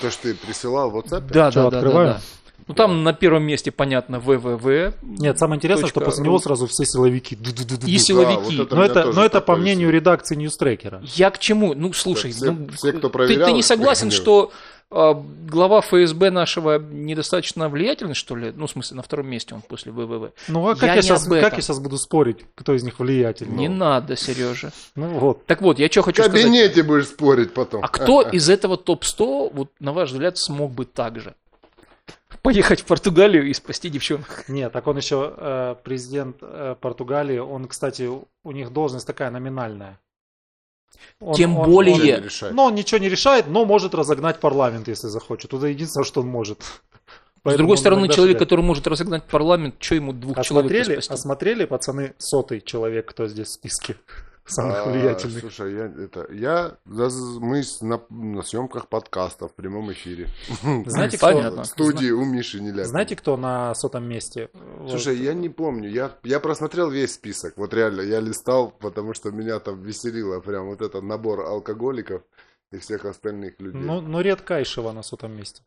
C: То, что ты присылал в WhatsApp,
A: Да,
B: Что,
A: да, да, да,
B: открываю?
A: да. Ну там на первом месте, понятно, ВВВ
B: Нет, самое интересное, что
A: Точка
B: после него
A: ру.
B: сразу все силовики. Ду-ду-ду-ду-ду.
A: и
C: вот
A: силовики.
C: это
B: Но
C: у меня
B: это,
C: тоже
B: но это по
C: такое
B: мнению редакции Ньюстрекера.
A: Я к чему? Ну, слушай,
C: все-
A: ну,
C: все, кто
A: ты- ты,
C: проверял,
A: не
C: их
A: согласен,
C: проверяют.
A: что а, глава ФСБ нашего недостаточно влиятелен, что ли? Ну, в смысле, на втором месте он после ВВВ.
B: Ну а
A: Я
B: как я,
A: не
B: сейчас,
A: об этом.
B: как я сейчас буду спорить, кто из них влиятельный?
C: Ну.
A: Не надо, Сережа.
B: Ну вот.
A: Так вот, я что
C: в
A: хочу сказать.
C: кабинете будешь спорить потом.
A: А кто
C: (laughs) э.
A: из этого топ-100, вот, на ваш взгляд, смог бы так же? Поехать в Португалию и спасти девчонок.
B: Нет, так он еще э, президент э, Португалии. Он, кстати, у них должность такая номинальная. Он-
A: Тем
B: он-
A: более-
C: Ничего не
A: Ле-
C: решает.
B: он- но он ничего не решает, но может разогнать парламент, если захочет. Это единственное, что он может.
A: С
B: Поэтому
A: другой
B: он
A: стороны,
B: иногда
A: человек,
B: шляет.
A: который может разогнать парламент, что ему двух
B: Осмотрели,
A: человек спасти?
B: осмотрели, пацаны, сотый человек, кто здесь в списке (laughs) самых
C: А,
B: влиятельных.
C: Слушай, я, это, я, да, з- мы с- на, на съемках подкаста в прямом эфире.
B: Знаете,
A: Ну,
B: кто-
A: понятно.
C: В студии у Миши Неляпина.
B: Знаете, кто на сотом месте?
C: Слушай,
B: Ну, Вот.
C: я не помню. Я, я просмотрел весь список. Вот реально, я листал, потому что меня там веселило прям вот этот набор алкоголиков и всех остальных людей.
B: Ну,
C: Ну,
B: Нурет Кайшева на сотом месте.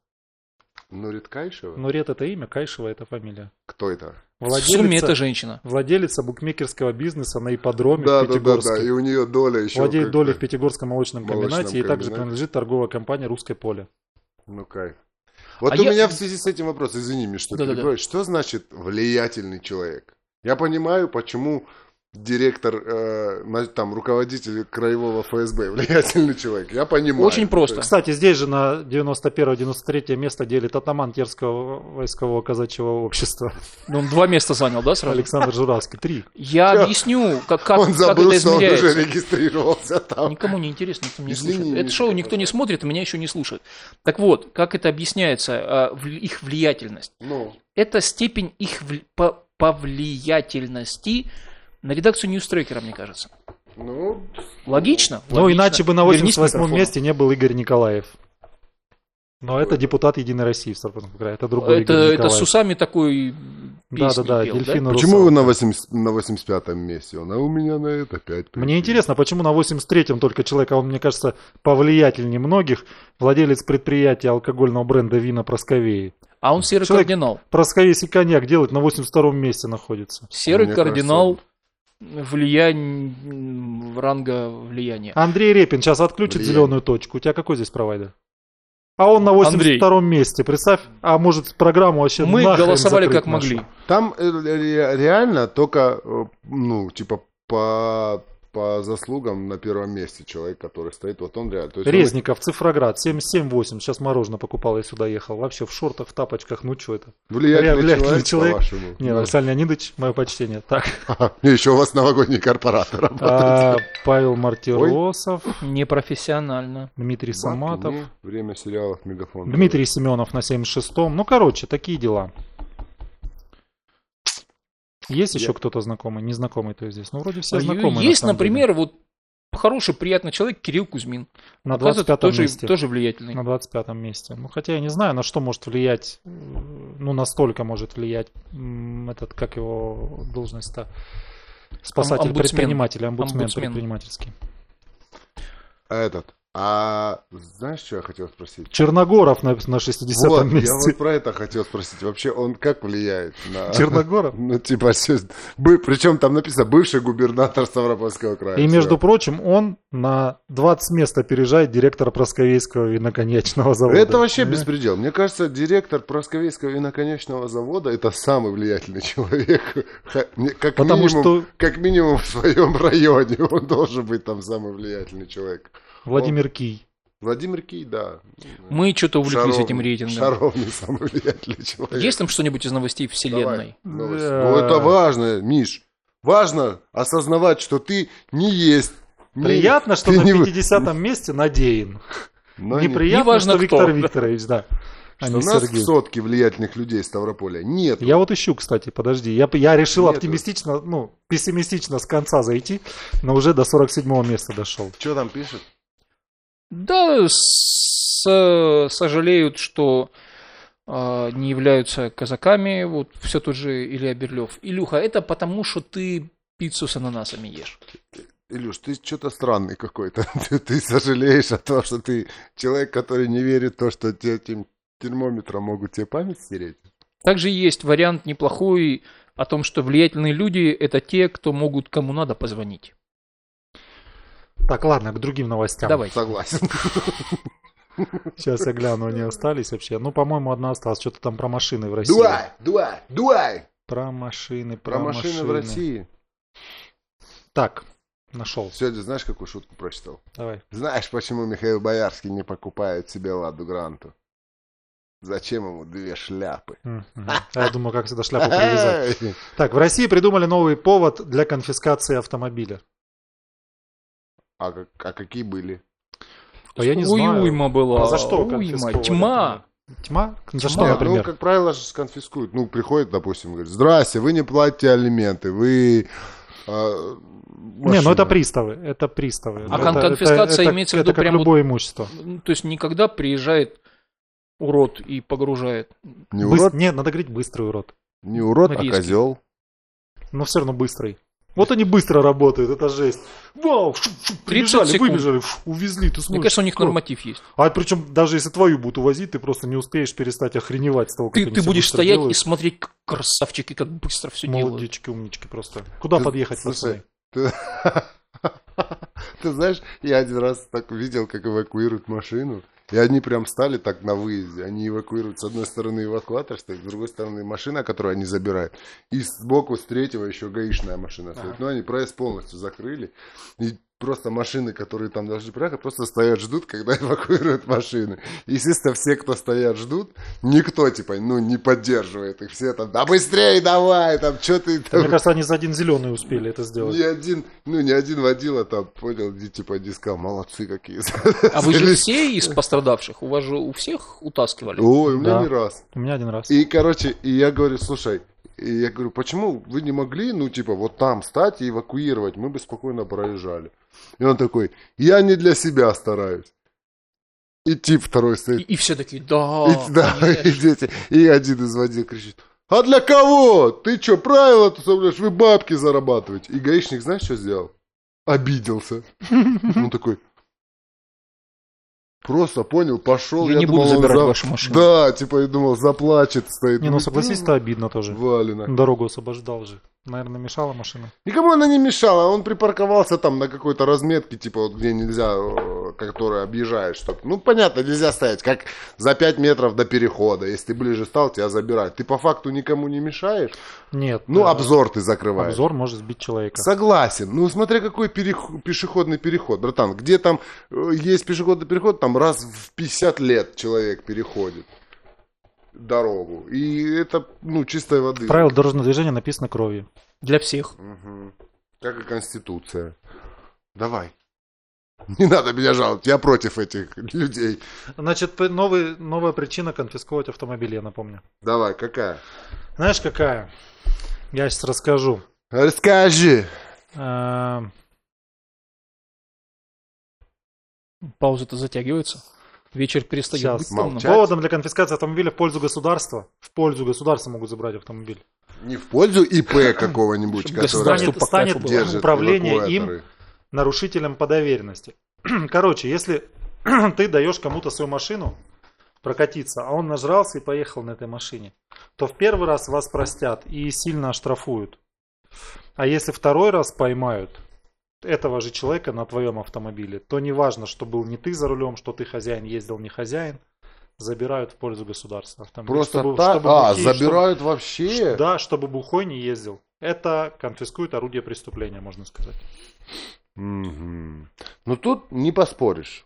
C: Нурит Кайшева?
B: Нурет это имя, Кайшева это фамилия.
C: Кто это?
A: В сумме это женщина.
B: владелица букмекерского бизнеса на ипподроме
C: Да,
B: в
C: да, да,
B: Пятигорске.
C: да. И у нее доля еще.
B: Владеет
C: как-то.
B: долей в Пятигорском молочном
C: молочном
B: комбинате и также
C: комбинате.
B: принадлежит торговая компания «Русское поле».
C: Ну кайф. Вот
A: А
C: у
A: я-
C: меня в связи с этим вопрос, извини, Миш, что
A: Да-да-да.
C: перебиваю. Что значит влиятельный человек? Я понимаю, почему директор, э, на- там, руководитель краевого ФСБ влиятельный человек. Я понимаю.
A: Очень просто.
B: Кстати, здесь же на 91-93 место делит атаман Терского войскового казачьего общества
A: (laughs) Ну, Он два места занял, да, сразу?
B: Александр Журавский. Три.
A: Я
C: Всё.
A: объясню, как, как,
C: он
A: как
C: забыл,
A: это
C: что он
A: измеряется.
C: уже регистрировался там.
A: Никому не интересно, никто не
C: Извини,
A: слушает. Это
C: Миша,
A: шоу никто не
C: пожалуйста.
A: смотрит, и меня еще не слушает. Так вот, как это объясняется, а, вли- их влиятельность?
C: Ну,
A: Это степень их вл- по- повлиятельности на редакцию Ньюстрекера, мне кажется.
C: ну,
A: Логично?
B: Ну,
A: Логично.
B: иначе бы на
A: Вернись к
B: 88
A: микрофону.
B: месте не был Игорь Николаев. Но это
C: Ой.
B: депутат Единой России в Ставропольском крае. Это другой
A: Это,
B: Игорь
A: это
B: Николаев.
A: с усами такой песни
B: Да-да-да,
A: пел,
B: «Дельфин» и
C: почему
B: «Русалка».
C: вы на, 80 на 85-м месте? Он, а у меня на это 5.
B: Мне интересно, почему на 83-м только человек, а он, мне кажется, повлиятельнее многих, владелец предприятия алкогольного бренда вина Просковеи.
A: А он серый
B: Человек-
A: кардинал.
B: Просковей, если коньяк делать, на 82-м месте находится.
A: Серый
C: Мне
A: кардинал влиянь... ранга влияния.
B: Андрей Репин сейчас отключит
C: Влияние.
B: зеленую точку. У тебя какой здесь провайдер? А он на 82-м месте, представь. А может, программу вообще
A: Мы
B: нахрен
A: голосовали
B: закрыть
A: как
B: нашу?
A: могли.
C: Там э, ре- реально только, э, ну, типа, по, по заслугам на первом месте человек, который стоит, вот он реально. То есть он-
B: Резников, Цифроград, 778. Сейчас мороженое покупал, я сюда ехал. Вообще в шортах, в тапочках, ну что это?
C: Влиятельный,
B: Влиятельный
C: человек,
B: человек.
C: по-вашему.
B: Не,
C: Ну.
B: Александр Леонидович, мое почтение. Так,
C: (laughs) Мне еще у вас новогодний корпоратор работает.
B: а, Павел Мартиросов,
A: Непрофессионально.
B: Дмитрий Саматов.
C: Мне Ну, Время сериалов Мегафон.
B: Дмитрий Семенов на 76-м. Ну, короче, такие дела. Есть еще
C: Я-
B: кто-то знакомый? Незнакомый, то есть здесь. Ну, вроде все
A: Ой,
B: знакомые. на
A: А Есть,
B: самом деле.
A: например, вот хороший, приятный человек Кирилл Кузьмин.
B: на
A: Оказывается,
B: 25
A: тоже,
B: месте.
A: тоже влиятельный.
B: На 25-м месте. Ну, хотя я не знаю, на что может влиять, э, ну, настолько может влиять м, этот, как его должность-то, спасатель
A: омбудсмен.
B: предпринимателя, омбудсмен,
A: Омбудсмен.
B: предпринимательский.
C: А этот, А знаешь, что я хотел спросить?
B: Черногоров на, на 60-м
C: Вот, я
B: месте.
C: вот про это хотел спросить. Вообще, он как влияет на... (laughs)
B: Черногоров?
C: Ну, типа, причем там написано бывший губернатор Ставропольского края.
B: И, между
C: Всё.
B: прочим, он на 20 мест опережает директора Просковейского виноконечного завода.
C: Это вообще
B: Понимаешь?
C: беспредел. Мне кажется, директор Просковейского виноконечного завода это самый влиятельный (laughs) человек. Ха- мне- Как
B: Потому
C: минимум,
B: что
C: как минимум в своем районе он должен быть там самый влиятельный человек.
B: Владимир Кий.
C: Владимир Кий, да.
A: Мы что-то увлеклись
C: Шаров-
A: этим рейтингом.
C: Шаров не самый влиятельный человек.
A: Есть там что-нибудь из новостей
C: Давай,
A: вселенной?
C: новость.
B: Да.
C: Ну, это важно, Миш. Важно осознавать, что ты не есть. не-
B: Приятно, что
C: ты
B: на
C: (laughs) не вы-
B: 50-м месте Надеин.
C: но не-
B: Неприятно,
A: Неважно,
B: что
A: кто.
B: Виктор Викторович, да. А
C: что
B: не
C: нас
B: Сергей.
C: в сотке влиятельных людей Ставрополя нет.
B: Я вот ищу, кстати, подожди. Я, я решил
C: Нет.
B: оптимистично, ну, пессимистично с конца зайти, но уже до 47-го места дошел.
C: Что там пишет?
A: Да, с- сожалеют, что э, не являются казаками. Вот все тот же Илья Берлев. Илюха, это потому, что ты пиццу с ананасами ешь.
C: Илюш, ты что-то странный какой-то. (laughs) Ты, ты сожалеешь о том, что ты человек, который не верит в то, что те- этим термометром могут тебе память стереть.
A: Также есть вариант неплохой о том, что влиятельные люди – это те, кто могут кому надо позвонить.
B: Так, ладно, к другим новостям.
A: Давай.
C: Согласен.
B: Сейчас я гляну, они остались вообще. Ну, по-моему, одна осталась. Что-то там про машины в России.
C: Дуай, дуай, дуай!
B: Про машины, про,
C: Про машины в России.
B: Так, нашел.
C: Сегодня знаешь, какую шутку прочитал?
B: Давай.
C: Знаешь, почему Михаил Боярский не покупает себе Ладу Гранту? Зачем ему две шляпы?
A: (laughs)
B: М, мгм. А Я думаю, как сюда шляпу привязать. Так, в России придумали новый повод для конфискации автомобиля.
C: (laughs) А, как- а какие были?
B: А я не
A: Ой,
B: знаю.
A: уйма была.
B: А за что
A: Уйма,
B: конфисковывали?
A: тьма.
B: Тьма? За что,
A: Тьма.
C: Не, ну,
B: например?
C: как правило, же конфискуют. Ну, приходит, допустим, говорит, здрасте, вы не платите алименты, вы... а,
B: Не, ну это
C: машина».
B: приставы, это приставы. Ну,
A: А
B: Это-
A: кон- конфискация
B: это-
A: имеется в
B: это
A: виду
B: как
A: прям вот-
B: любое имущество.
A: Ну, То есть никогда приезжает урод и погружает.
C: Не
B: Быс-
C: урод,
B: Не, надо говорить быстрый урод.
C: не урод а
A: Риски.
C: козел.
B: Но все равно быстрый. Вот они быстро работают, это жесть. Вау, шу- шу,
A: 30
B: прибежали,
A: секунд.
B: выбежали, фу, увезли, ты
A: Мне
B: смотришь.
A: кажется, у них
B: круто.
A: норматив есть.
B: А причем даже если твою будут увозить, ты просто не успеешь перестать охреневать с того, как
A: Ты,
B: они
A: ты
B: всё
A: будешь
B: быстро
A: стоять и
B: делают.
A: смотреть, как красавчики, как быстро все делают.
B: Молодечки, умнички просто. Куда
C: Ты-
B: подъехать, пацаны?
C: слушай, Ты... (laughs) Ты знаешь, я один раз так видел, как эвакуируют машину. И они прям стали так на выезде. Они эвакуируют с одной стороны эвакуатор стоит, с другой стороны машина, которую они забирают. И сбоку с третьего еще гаишная машина стоит.
B: Ага.
C: Ну, они проезд полностью закрыли. И просто машины, которые там должны проехать, просто стоят, ждут, когда (laughs) эвакуируют машины. И, естественно, все, кто стоят, ждут. Никто, типа, ну, не поддерживает их. Все там, да быстрее давай, там, что ты там.
B: Мне кажется, они за один зеленый успели это сделать.
C: Ни один, ну, ни один водила там понял, где типа не сказал, молодцы какие.
A: А вы же все из пострадавших? У вас же у всех утаскивали?
C: Ой, у меня
B: Да.
C: не раз.
B: У меня один раз.
C: И, короче, и я говорю, слушай, и я говорю, почему вы не могли, ну, типа, вот там стать и эвакуировать, мы бы спокойно проезжали. И он такой, я не для себя стараюсь. И тип второй
A: И,
C: стоит.
A: и все такие, да,
C: И, да,
A: конечно.
C: и дети. И один из водил кричит, а для кого? Ты что, правила тут соблюдаешь? Вы бабки зарабатываете. И гаишник, знаешь, что сделал? Обиделся. Он такой. Просто понял, пошел.
A: Я не буду
C: он
A: забирать
C: за-
A: вашу машину.
C: Да, типа я думал, заплачет, стоит.
B: Не, ну согласись, это обидно тоже.
C: Валина.
B: Дорогу освобождал же. Наверное, мешала машина.
C: Никому она не мешала, он припарковался там на какой-то разметке, типа вот где нельзя, э, которая объезжает, чтоб... Ну, понятно, нельзя стоять, как за 5 метров до перехода, если ты ближе стал, тебя забирают. Ты по факту никому не мешаешь,
B: Нет.
C: ну,
B: э,
C: обзор ты закрываешь.
B: Обзор может сбить человека.
C: Согласен. Ну, смотря какой перех- пешеходный переход, братан. Где там э, есть пешеходный переход, там раз в 50 лет человек переходит дорогу. И это, ну, чистой воды.
B: Правила дорожного движения написано кровью.
A: Для всех.
C: Мгм. Как и Конституция. Давай. (laughs) Не надо меня жаловать, я против этих людей.
B: Значит, п- новый, новая причина конфисковать автомобиль, я напомню.
C: Давай, какая?
B: Знаешь, какая? Я сейчас расскажу.
C: Расскажи.
B: Э,
A: Пауза-то затягивается. Вечер перестает
B: Сейчас.
A: быть томным.
C: Молчать.
B: Поводом для конфискации автомобиля в пользу государства. В пользу государства могут забрать автомобиль.
C: Не в пользу ИП какого-нибудь,
A: Чтобы
C: который
A: государство
B: Станет,
A: по
B: станет
A: кайфу было.
C: держит
B: управление им
C: эвакуаторы.
B: нарушителем по доверенности. (clears throat) Короче, если (clears throat) ты даешь кому-то свою машину прокатиться, а он нажрался и поехал на этой машине, то в первый раз вас простят и сильно оштрафуют. А если второй раз поймают этого же человека на твоем автомобиле, то неважно, что был не ты за рулем, что ты хозяин, ездил не хозяин, забирают в пользу государства. автомобиль,
C: Просто
B: чтобы-
C: так?
B: чтобы
C: а,
B: бухие, чтобы-
C: забирают вообще?
B: да, чтобы бухой не ездил. Это конфискует орудие преступления, можно сказать.
C: Мгм. Ну тут не поспоришь.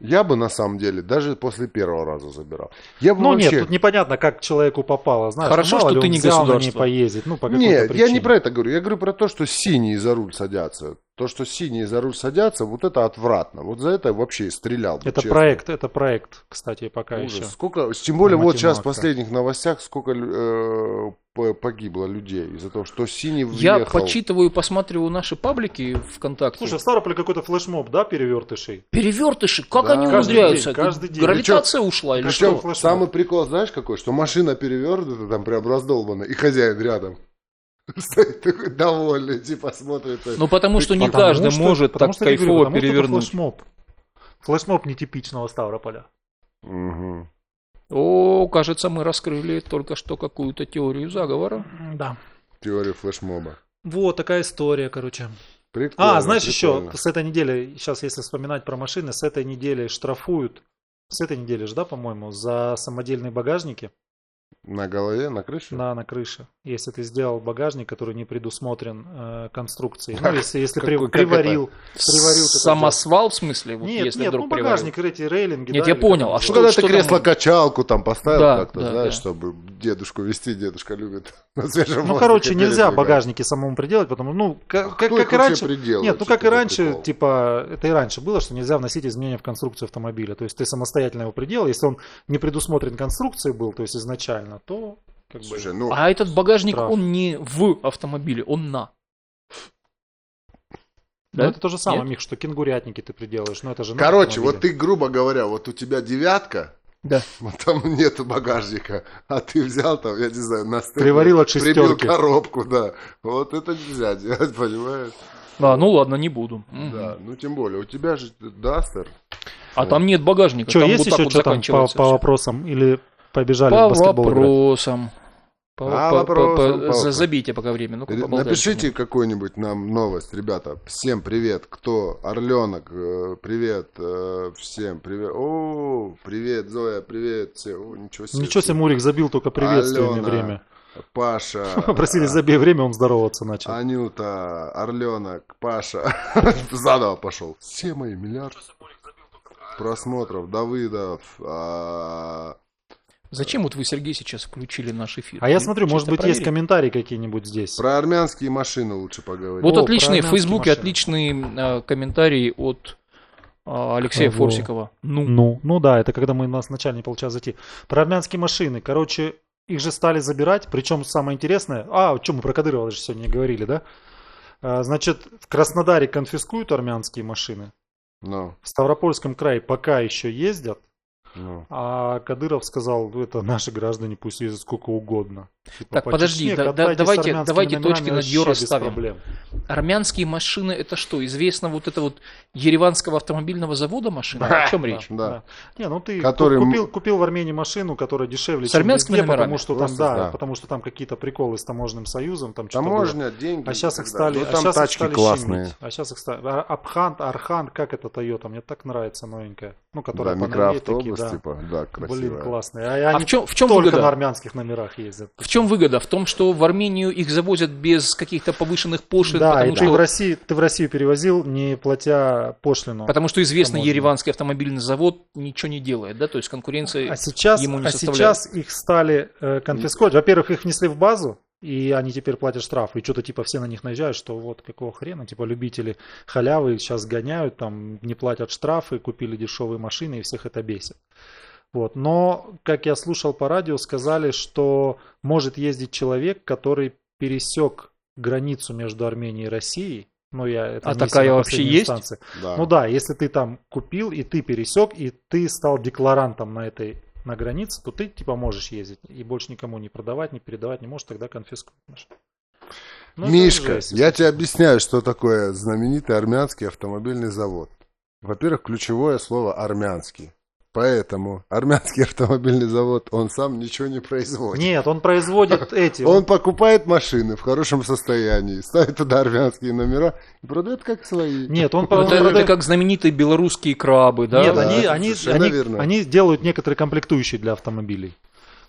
C: Я бы на самом деле даже после первого раза забирал. Я бы
B: Ну
C: вообще...
B: нет, тут непонятно, как человеку попало. Знаешь,
A: Хорошо,
B: мало
A: что
B: ли
A: ты
B: он
A: не
B: взял на ней
A: государство.
B: поездить, ну, по какой-то
C: Нет, я не
B: причине.
C: про это говорю. Я говорю про то, что синие за руль садятся. То, что синие за руль садятся, вот это отвратно. Вот за это вообще и стрелял. бы,
B: Это
C: честно.
B: проект, это проект, кстати, пока
C: Ужас.
B: еще.
C: Сколько, тем более вот сейчас в
B: Математика.
C: последних новостях сколько э, по- погибло людей из-за того, что синий въехал.
A: Я почитываю, посматриваю наши паблики ВКонтакте.
B: Слушай, в Ставрополе какой-то флешмоб, да, перевертышей?
A: Перевертыши, как
C: Да.
A: они
C: Каждый
A: умудряются?
B: день, каждый день.
A: Гравитация ушла или
C: Причем
A: что?
B: флешмоб?
C: самый прикол, знаешь какой, что машина перевернута, там прям раздолбана, и хозяин рядом. (laughs) Стоит такой довольный, типа смотрит. так.
A: Ну потому что не
C: Потому
A: каждый
B: что-
A: может
B: потому
A: так
B: что я говорю,
A: кайфово
B: потому что это
A: перевернуть.
B: Флешмоб. Флешмоб нетипичного Ставрополя.
C: Мгм.
A: О, кажется, мы раскрыли только что какую-то теорию заговора.
B: Да.
C: Теория флешмоба.
B: Вот такая история, короче.
C: Прикольно,
B: А, знаешь,
C: прикольно.
B: еще с этой недели, сейчас если вспоминать про машины, с этой недели штрафуют, с этой недели же, да, по-моему, за самодельные багажники
C: На голове, на крыше?
B: на, на крыше. Если ты сделал багажник, который не предусмотрен э, конструкцией. Ну, если, если при-
C: Какой- как
B: приварил. приварил ты
A: Самосвал, в смысле? Вот
B: Нет,
A: если
B: нет,
A: вдруг
B: ну
A: приварил.
B: багажник, эти рейлинги.
A: Нет,
B: да,
A: я
B: или
A: понял,
B: как
A: а
B: они
C: Ну,
A: что-
C: когда ты
A: там?
C: кресло-качалку там поставил
A: Да,
C: как-то,
A: да,
C: знаешь,
A: да.
C: чтобы дедушку вести, дедушка любит (laughs) на свежем
B: Ну,
C: воздухе
B: короче, нельзя
C: перебегать.
B: багажники самому приделать, потому ну,
C: А
B: как, как-
C: кто
B: как и
C: их вообще
B: раньше.
C: приделывает?
B: Нет, ну как и
C: Это
B: раньше,
C: прикол.
B: типа, это и раньше было, что нельзя вносить изменения в конструкцию автомобиля. То есть ты самостоятельно его приделал, если он не предусмотрен конструкцией был, то есть изначально, то как бы.
C: Слушай, ну,
A: А этот багажник,
B: Штраф.
A: он не в автомобиле, он на.
B: ну,
A: да?
B: это то же самое,
A: Нет?
B: Мих, что кенгурятники ты приделаешь, но это же на
C: короче, вот
B: автомобиле.
C: ты, грубо говоря, вот у тебя девятка,
A: Да.
C: (laughs) вот там нету багажника, а ты взял там, я не знаю, на стыке
B: Приварил от
C: прибил
B: шестерки.
C: коробку, да. Вот это нельзя (laughs) делать, понимаешь?
A: А, ну ладно, не буду. Мгм.
C: Да, ну тем более, у тебя же Дастер.
A: А там нет багажника,
B: Что,
A: там
B: есть
A: вот так
B: еще
A: вот
B: что там по,
A: заканчивается
B: по
A: всё.
B: вопросам? Или побежали
A: По
B: в баскетбол играть?
A: вопросам. По-
C: А,
A: по- по- по-
C: вопросам,
A: за-
C: вопросам.
A: Забейте пока время. Ну-ка, поболтаем.
C: Напишите какую-нибудь нам новость, ребята. Всем привет, кто? Орленок, э, привет, э, всем привет. О, привет, Зоя, привет, все. О, ничего себе.
B: Ничего себе, Мурик забил только приветствиями
C: Алена.
B: время. (laughs)
C: Паша. э,
B: Попросили забей время, он здороваться начал.
C: А Анюта, Орленок, Паша. (laughs) Заново пошел. Все мои миллиард просмотров. Давыдов. а,
A: Зачем вот вы, Сергей, сейчас включили наш эфир?
B: А я
A: Ну,
B: смотрю, может
A: чисто
B: быть, есть
A: проверить.
B: комментарии какие-нибудь здесь.
C: Про армянские машины лучше поговорить.
A: Вот
B: О,
A: отличные в
B: про
A: Фейсбуке,
B: армянские
A: отличные э, комментарии от э, Алексея
B: Кого?
A: Форсикова. Ну,
B: Ну, ну да, это когда мы у нас вначале не получалось зайти. Про армянские машины. Короче, их же стали забирать. Причем самое интересное... А, что мы про Кадырова же сегодня не говорили, да? А, Значит, в Краснодаре конфискуют армянские машины.
C: Ну,
B: В Ставропольском крае пока еще ездят.
C: ну.
B: А Кадыров сказал, это наши граждане пусть ездят сколько угодно. Типа,
A: Так,
B: по
A: подожди,
B: Чечне
A: да- да-
B: катайтесь с
A: давайте-
B: армянскими
A: давайте
B: номерами
A: точки над
B: вообще
A: «ё»
B: без
A: расставим.
B: проблем.
A: армянские машины это что? Известно вот это вот Ереванского автомобильного завода машина? О чем речь?
C: Да.
B: Не, ну ты
C: Который
B: ку- купил, купил в Армении машину, которая дешевле,
A: С армянскими
B: везде,
A: номерами.
B: потому что
C: Просто,
B: там, да,
C: да.
B: потому что там какие-то приколы с таможенным союзом, там что-то было.
C: Таможня, деньги.
B: А сейчас
C: и
B: их
C: так далее.
B: стали,
C: Ну,
B: а
C: там
B: щас их
C: тачки
B: стали
C: классные.
B: щемить. А сейчас их стали. а, Абхан, Архан, как это Toyota, мне так нравится новенькая, ну
C: Да,
B: которая по новее
C: микроавтобус,
B: такие, да.
C: типа, да,
B: Блин,
C: красиво.
B: классные. А,
A: А
B: они
A: в чем, в чем
B: только на
A: выгода?
B: армянских номерах ездят.
A: В чем выгода? В том, что в Армению их завозят без каких-то повышенных пошлин,
B: да, и
A: потому,
B: ты в
A: что,
B: России, ты в Россию перевозил, не платя пошлину.
A: потому что известный
B: Таможня.
A: Ереванский автомобильный завод ничего не делает, да, то есть конкуренция.
B: А сейчас,
A: ему не
B: а
A: составляет.
B: сейчас их стали э, конфисковать. Во-первых, их внесли в базу, и они теперь платят штраф. И что-то типа все на них наезжают, что вот какого хрена, типа любители халявы сейчас гоняют, там не платят штрафы, купили дешевые машины, и всех это бесит. Вот. Но, как я слушал по радио, сказали, что может ездить человек, который пересек границу между Арменией и Россией. Ну, я, это
A: А
B: не
A: такая
B: на
A: вообще
B: последней
A: есть?
B: инстанции.
C: Да.
B: Ну да, если ты там купил, и ты пересек, и ты стал декларантом на этой на границе, то ты типа можешь ездить и больше никому не продавать, не передавать не можешь, тогда конфискуют. машину. Ну, это
C: Мишка,
B: жесть.
C: я тебе объясняю, что такое знаменитый армянский автомобильный завод. Во-первых, ключевое слово армянский. Поэтому армянский (laughs) автомобильный завод, он сам ничего не производит.
B: Нет, он производит
C: (laughs)
B: эти.
C: Он покупает машины в хорошем состоянии, ставит туда армянские номера и продает как свои.
B: Нет, он,
A: Это,
B: он
A: это
B: продает-
A: как знаменитые белорусские крабы, да?
B: Нет,
C: Да,
B: они,
C: это
B: они,
C: совершенно
B: они,
C: верно.
B: они делают некоторые комплектующие для автомобилей.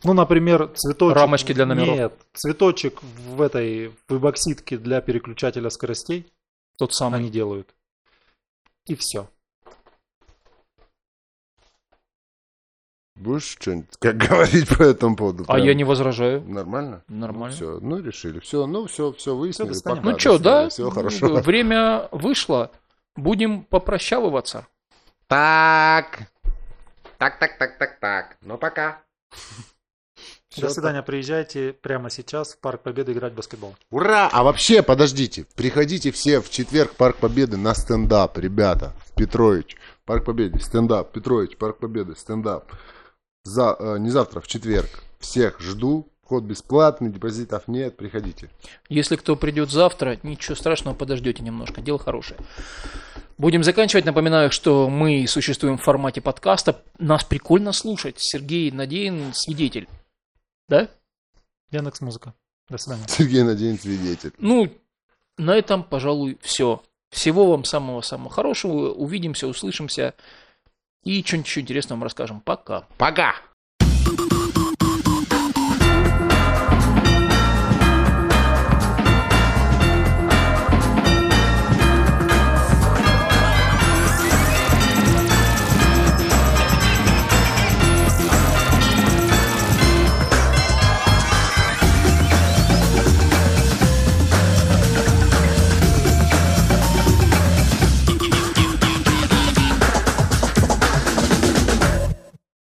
B: Ну, например, цветочек...
A: Рамочки для номеров.
B: Нет, цветочек в этой выбокситке для переключателя скоростей
A: Тот самый.
B: они делают. И все.
C: Будешь что-нибудь (laughs) как говорить по этому поводу?
A: А
C: Прям
A: я не возражаю.
C: Нормально?
A: Нормально.
C: Все, ну решили. Все, ну все, все выяснили.
B: Всё, достанем.
C: Пока,
A: ну что,
C: достанем.
A: да?
C: Всего хорошего.
A: Время вышло. Будем попрощавываться.
D: Так. Так, так, так, так, так. Ну пока.
B: До свидания, приезжайте прямо сейчас в Парк Победы играть в баскетбол.
C: Ура! А вообще, подождите, приходите все в четверг в Парк Победы на стендап, ребята. В Петрович. Парк Победы, стендап. Петрович, Парк Победы, стендап. За, э, не завтра, в четверг. Всех жду. Вход бесплатный, депозитов нет, приходите. (laughs)
A: Если кто придет завтра, ничего страшного, подождете немножко. Дело хорошее. Будем заканчивать. Напоминаю, что мы существуем в формате подкаста. Нас прикольно слушать. Сергей Надеин свидетель. Да?
B: Яндекс Музыка. До свидания.
C: Сергей Надеин свидетель.
A: Ну, на этом, пожалуй, все. Всего вам самого-самого хорошего. Увидимся, услышимся. И что-нибудь еще интересного вам расскажем. Пока.
D: Пока.